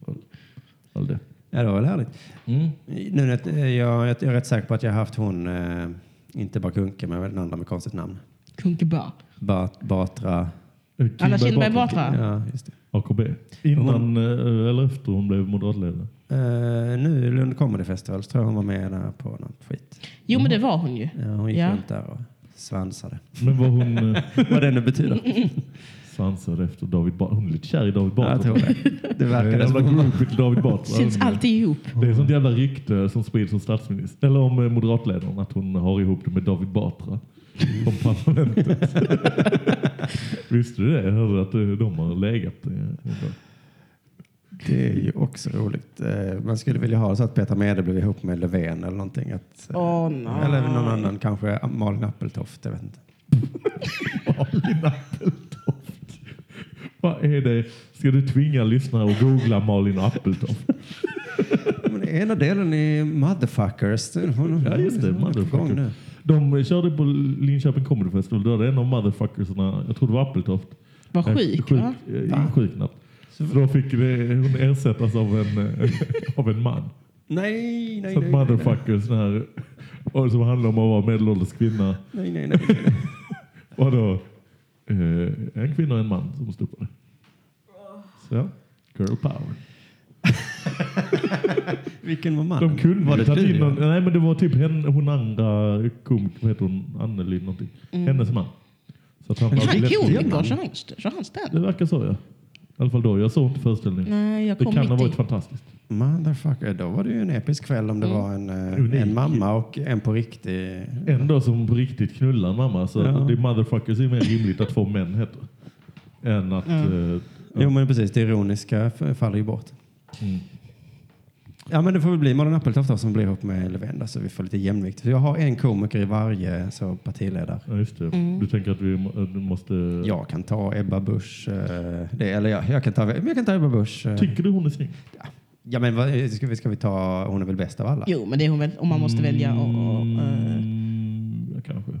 Speaker 4: Och- All det.
Speaker 2: Ja, det var väl härligt.
Speaker 4: Mm.
Speaker 2: Nu, när jag, jag, jag är rätt säker på att jag har haft hon, eh, inte bara Kunke, men den andra med konstigt namn.
Speaker 3: Kunkebär.
Speaker 2: Bat, Batra.
Speaker 3: Anna Kinberg Batra.
Speaker 2: Ja, just det.
Speaker 4: AKB. Innan eh, eller efter hon blev moderatledare.
Speaker 2: Eh, nu i Lund Comedy Festival så tror jag hon var med där på något skit.
Speaker 3: Jo, men det var hon ju.
Speaker 2: Ja, hon gick
Speaker 3: Ja.
Speaker 2: runt där och svansade.
Speaker 4: Men var hon eh,
Speaker 2: Vad det nu betyder.
Speaker 4: svansad efter David Batra? Hon är lite kär i David
Speaker 2: Ja, jag
Speaker 4: Batra. Eh,
Speaker 2: tror det. Det verkade
Speaker 4: Jävla
Speaker 2: som hon
Speaker 4: groupie till David Batra.
Speaker 3: Syns alltid ihop.
Speaker 4: Det är sånt jävla rykte som sprids om statsminister eller om eh, moderatledaren att hon har ihop det med David Batra från parlamentet. Visste du det? Jag hörde att eh, de har legat. eh, ett tag.
Speaker 2: Det är ju också roligt. Eh, Man skulle vilja ha det så att Peter Mede blev ihop med Löfven eller någonting. Att, eh,
Speaker 3: Åh, nej.
Speaker 2: Eller någon annan, kanske Malin Appeltoft. Jag vet inte.
Speaker 4: Malin Appeltoft. Vad är det? Ska du tvinga lyssnare att googla Malin Appeltoft?
Speaker 2: Men det är ena delen i Motherfuckers.
Speaker 4: Ja, just det, Motherfuckers.
Speaker 2: nu.
Speaker 4: De körde på Linköping Comedy Festival. Då var det en av motherfuckersarna, jag tror det var Appeltoft,
Speaker 3: Var
Speaker 4: Eh,
Speaker 3: sjuk,
Speaker 4: sjuk
Speaker 3: va?
Speaker 4: eh, Insjuknat. Så då fick det, hon ersättas av en, eh, av en man.
Speaker 2: Nej, nej,
Speaker 4: Så att
Speaker 2: nej, nej, nej.
Speaker 4: motherfuckers när, och som handlar om att vara medelålders kvinna.
Speaker 2: Nej, nej, nej, nej.
Speaker 4: Och då eh, en kvinna och en man som stod på det. Så, girl power.
Speaker 2: Vilken var mannen?
Speaker 4: De kunde
Speaker 2: var
Speaker 4: ju tagit
Speaker 2: du,
Speaker 4: in någon,
Speaker 2: ja?
Speaker 4: Nej men det var typ henne, hon andra komikern, vad heter hon, Anneli någonting.
Speaker 3: Mm.
Speaker 4: Hennes man. Så att han
Speaker 3: Han är
Speaker 4: lätt-
Speaker 3: komiker, så han- så han
Speaker 4: Det
Speaker 3: ställer.
Speaker 4: verkar så ja. I alla fall då. Jag såg inte föreställningen.
Speaker 3: Nej, jag
Speaker 4: det
Speaker 3: kom
Speaker 4: kan ha
Speaker 3: mitt
Speaker 4: varit
Speaker 3: i.
Speaker 4: fantastiskt.
Speaker 2: Motherfucker. Då var det ju en episk kväll om det var en, eh,
Speaker 4: Mm. Unik.
Speaker 2: en mamma och en på riktig.
Speaker 4: Ändå som på riktigt knullar en mamma. Så
Speaker 2: Ja.
Speaker 4: det är motherfuckers är mer rimligt att två män heter. Än att...
Speaker 3: Mm.
Speaker 4: eh,
Speaker 2: Jo, men precis. Det ironiska f- faller ju bort.
Speaker 4: Mm.
Speaker 2: Ja, men det får väl bli Malin Appeltoft då som blir ihop med Löfven då, så vi får lite jämvikt. För jag har en komiker i varje så, partiledare.
Speaker 4: Ja, just det.
Speaker 3: Mm.
Speaker 4: Du tänker att vi må- att vi måste...
Speaker 2: Jag kan ta Ebba Busch. eh, det, eller jag, jag, kan ta, men jag kan ta Ebba Busch. eh.
Speaker 4: Tycker du hon är snygg?
Speaker 2: Ja, men vad, ska, vi, ska vi ta Hon är väl bäst av alla?
Speaker 3: Jo, men det är hon väl. Om man måste välja. Och, och, eh,
Speaker 4: Mm, ja, kanske.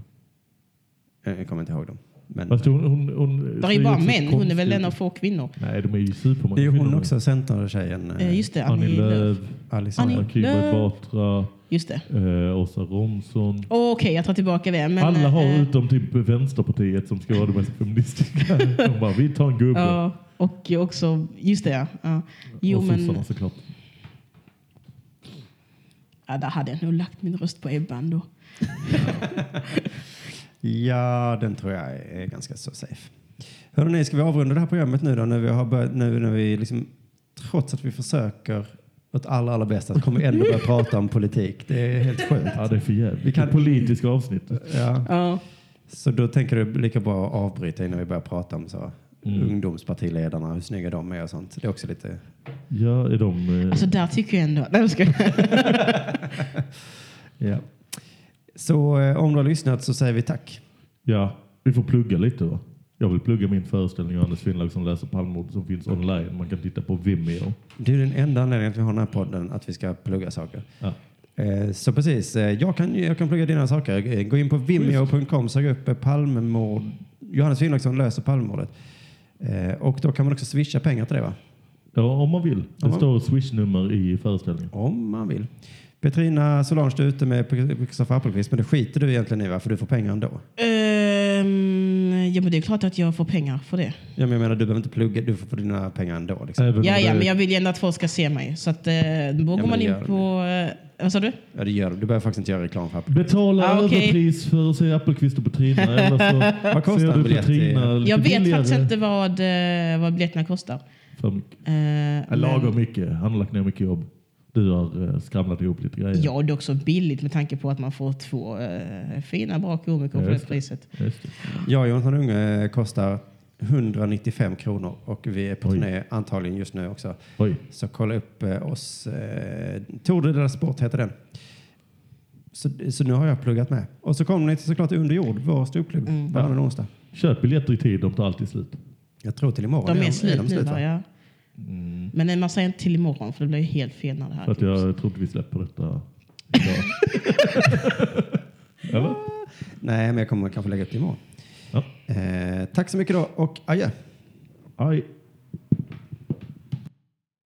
Speaker 2: Eh, Jag kommer inte ihåg dem. Men,
Speaker 4: Fast hon... hon, hon
Speaker 3: där är ju
Speaker 4: ser
Speaker 3: bara
Speaker 4: också
Speaker 3: män. Hon är väl
Speaker 4: konstig
Speaker 3: en av
Speaker 4: ut.
Speaker 3: få kvinnor.
Speaker 4: Nej, de är ju supermånga
Speaker 2: det är ju hon
Speaker 4: kvinnor.
Speaker 2: också, centertjejen. eh,
Speaker 3: Eh, Just det,
Speaker 4: Annie Lööf,
Speaker 2: Alice
Speaker 3: Annie-
Speaker 4: Anna Kinberg
Speaker 3: Lööf.
Speaker 4: Batra,
Speaker 3: Just det.
Speaker 4: eh, Åsa Romson.
Speaker 3: Åh, Okej, jag tar tillbaka det. Men,
Speaker 4: Alla har
Speaker 3: eh,
Speaker 4: utom typ Vänsterpartiet som ska vara det mest feministiska. De bara, vi tar en gubbe.
Speaker 3: Ja, och också... Just det, ja. ja. Jo,
Speaker 4: och sossarna
Speaker 3: men...
Speaker 4: såklart.
Speaker 3: Ja, där hade jag nog lagt min röst på Ebba ändå.
Speaker 2: Ja, den tror jag är ganska så safe. Hörrni, ska vi avrunda det här programmet nu då? När vi har börjat, nu när vi liksom, trots att vi försöker åt allra, allra bästa så kommer vi ändå börja prata om politik. Det är helt sjukt.
Speaker 4: Ja, det är för jävligt.
Speaker 2: Vi kan-
Speaker 4: Det Politiska avsnittet.
Speaker 2: Ja.
Speaker 3: Ja.
Speaker 2: Så då tänker du lika bra att avbryta innan vi börjar prata om så.
Speaker 3: Mm.
Speaker 2: Ungdomspartiledarna, hur snygga de är och sånt. Det är också lite...
Speaker 4: Ja, är de... eh,
Speaker 3: Alltså där tycker jag ändå... Nej, jag skojar.
Speaker 4: ja.
Speaker 2: Så eh, om du har lyssnat så säger vi tack.
Speaker 4: ja, vi får plugga lite va? Jag vill plugga min föreställning Johannes Finnlaug som läser Palmemordet som finns online. Man kan titta på Vimeo.
Speaker 2: Det är den enda anledningen att vi har den här podden, att vi ska plugga saker.
Speaker 4: Ja.
Speaker 2: Eh, Så precis, eh, jag kan, jag kan plugga dina saker. Eh, Gå in på vimeo.com, sök upp eh, Palmemord. Johannes Finnlagsson löser Palmemordet. Eh, Och då kan man också swisha pengar till det va?
Speaker 4: Ja, om man vill. Det
Speaker 2: Om man-
Speaker 4: står swishnummer i föreställningen.
Speaker 2: Om man vill. Petrina Solange, du är ute med Kristoffer Appelqvist, men det skiter du egentligen i va? För du får pengar ändå.
Speaker 3: Ehm, ja, men det är klart att jag får pengar för det.
Speaker 2: Ja, men jag menar, du behöver inte plugga, du får dina pengar ändå. Liksom.
Speaker 4: Även om
Speaker 3: Ja, ja,
Speaker 4: det-
Speaker 3: men jag vill ju ändå att folk ska se mig. Så att, eh, då går
Speaker 2: men
Speaker 3: man
Speaker 2: det
Speaker 3: in
Speaker 2: gör
Speaker 3: på... Eh, vad sa du?
Speaker 2: Ja, det gör du. Du behöver faktiskt inte göra reklam för Apple.
Speaker 4: Betala
Speaker 3: Ah, okej.
Speaker 4: överpris för att se Appelqvist och Petrina. Eller så
Speaker 2: Vad kostar
Speaker 4: ser
Speaker 2: en
Speaker 4: du
Speaker 2: biljett
Speaker 4: Petrina lite
Speaker 3: Jag vet
Speaker 4: billigare.
Speaker 3: faktiskt inte vad, eh, vad biljetterna kostar.
Speaker 4: För mycket.
Speaker 3: Eh, men-
Speaker 4: Lagom mycket. Han har lagt ner mycket jobb. Du har eh, skramlat ihop lite grejer.
Speaker 3: Ja, och det är också billigt med tanke på att man får två eh, fina, bra komiker
Speaker 4: Ja,
Speaker 3: för
Speaker 4: just
Speaker 3: det
Speaker 4: det.
Speaker 3: priset.
Speaker 4: Just det.
Speaker 2: Jag och Jonathan Unge eh, kostar 195 kronor och vi är på
Speaker 4: Oj.
Speaker 2: turné antagligen just nu också.
Speaker 4: Oj.
Speaker 2: Så kolla upp eh, oss. Eh, Tour de la Sport heter den. Så, så nu har jag pluggat med. Och så kommer ni till såklart Under jord, vår ståuppklubb,
Speaker 3: Mm.
Speaker 2: varannan onsdag.
Speaker 4: Köp biljetter i tid. De tar alltid slut.
Speaker 2: Jag tror till imorgon.
Speaker 3: De är
Speaker 2: de
Speaker 3: slut nu,
Speaker 2: va?
Speaker 3: va? Ja. Men nej, man säger inte till imorgon för det blir ju helt fel när det
Speaker 4: För
Speaker 3: här
Speaker 4: att
Speaker 3: klipps.
Speaker 4: jag trodde vi släpper detta idag. Eller?
Speaker 2: Nej, men jag kommer kanske lägga upp det imorgon.
Speaker 4: Ja.
Speaker 2: Eh, tack så mycket då och adjö.
Speaker 4: Aj.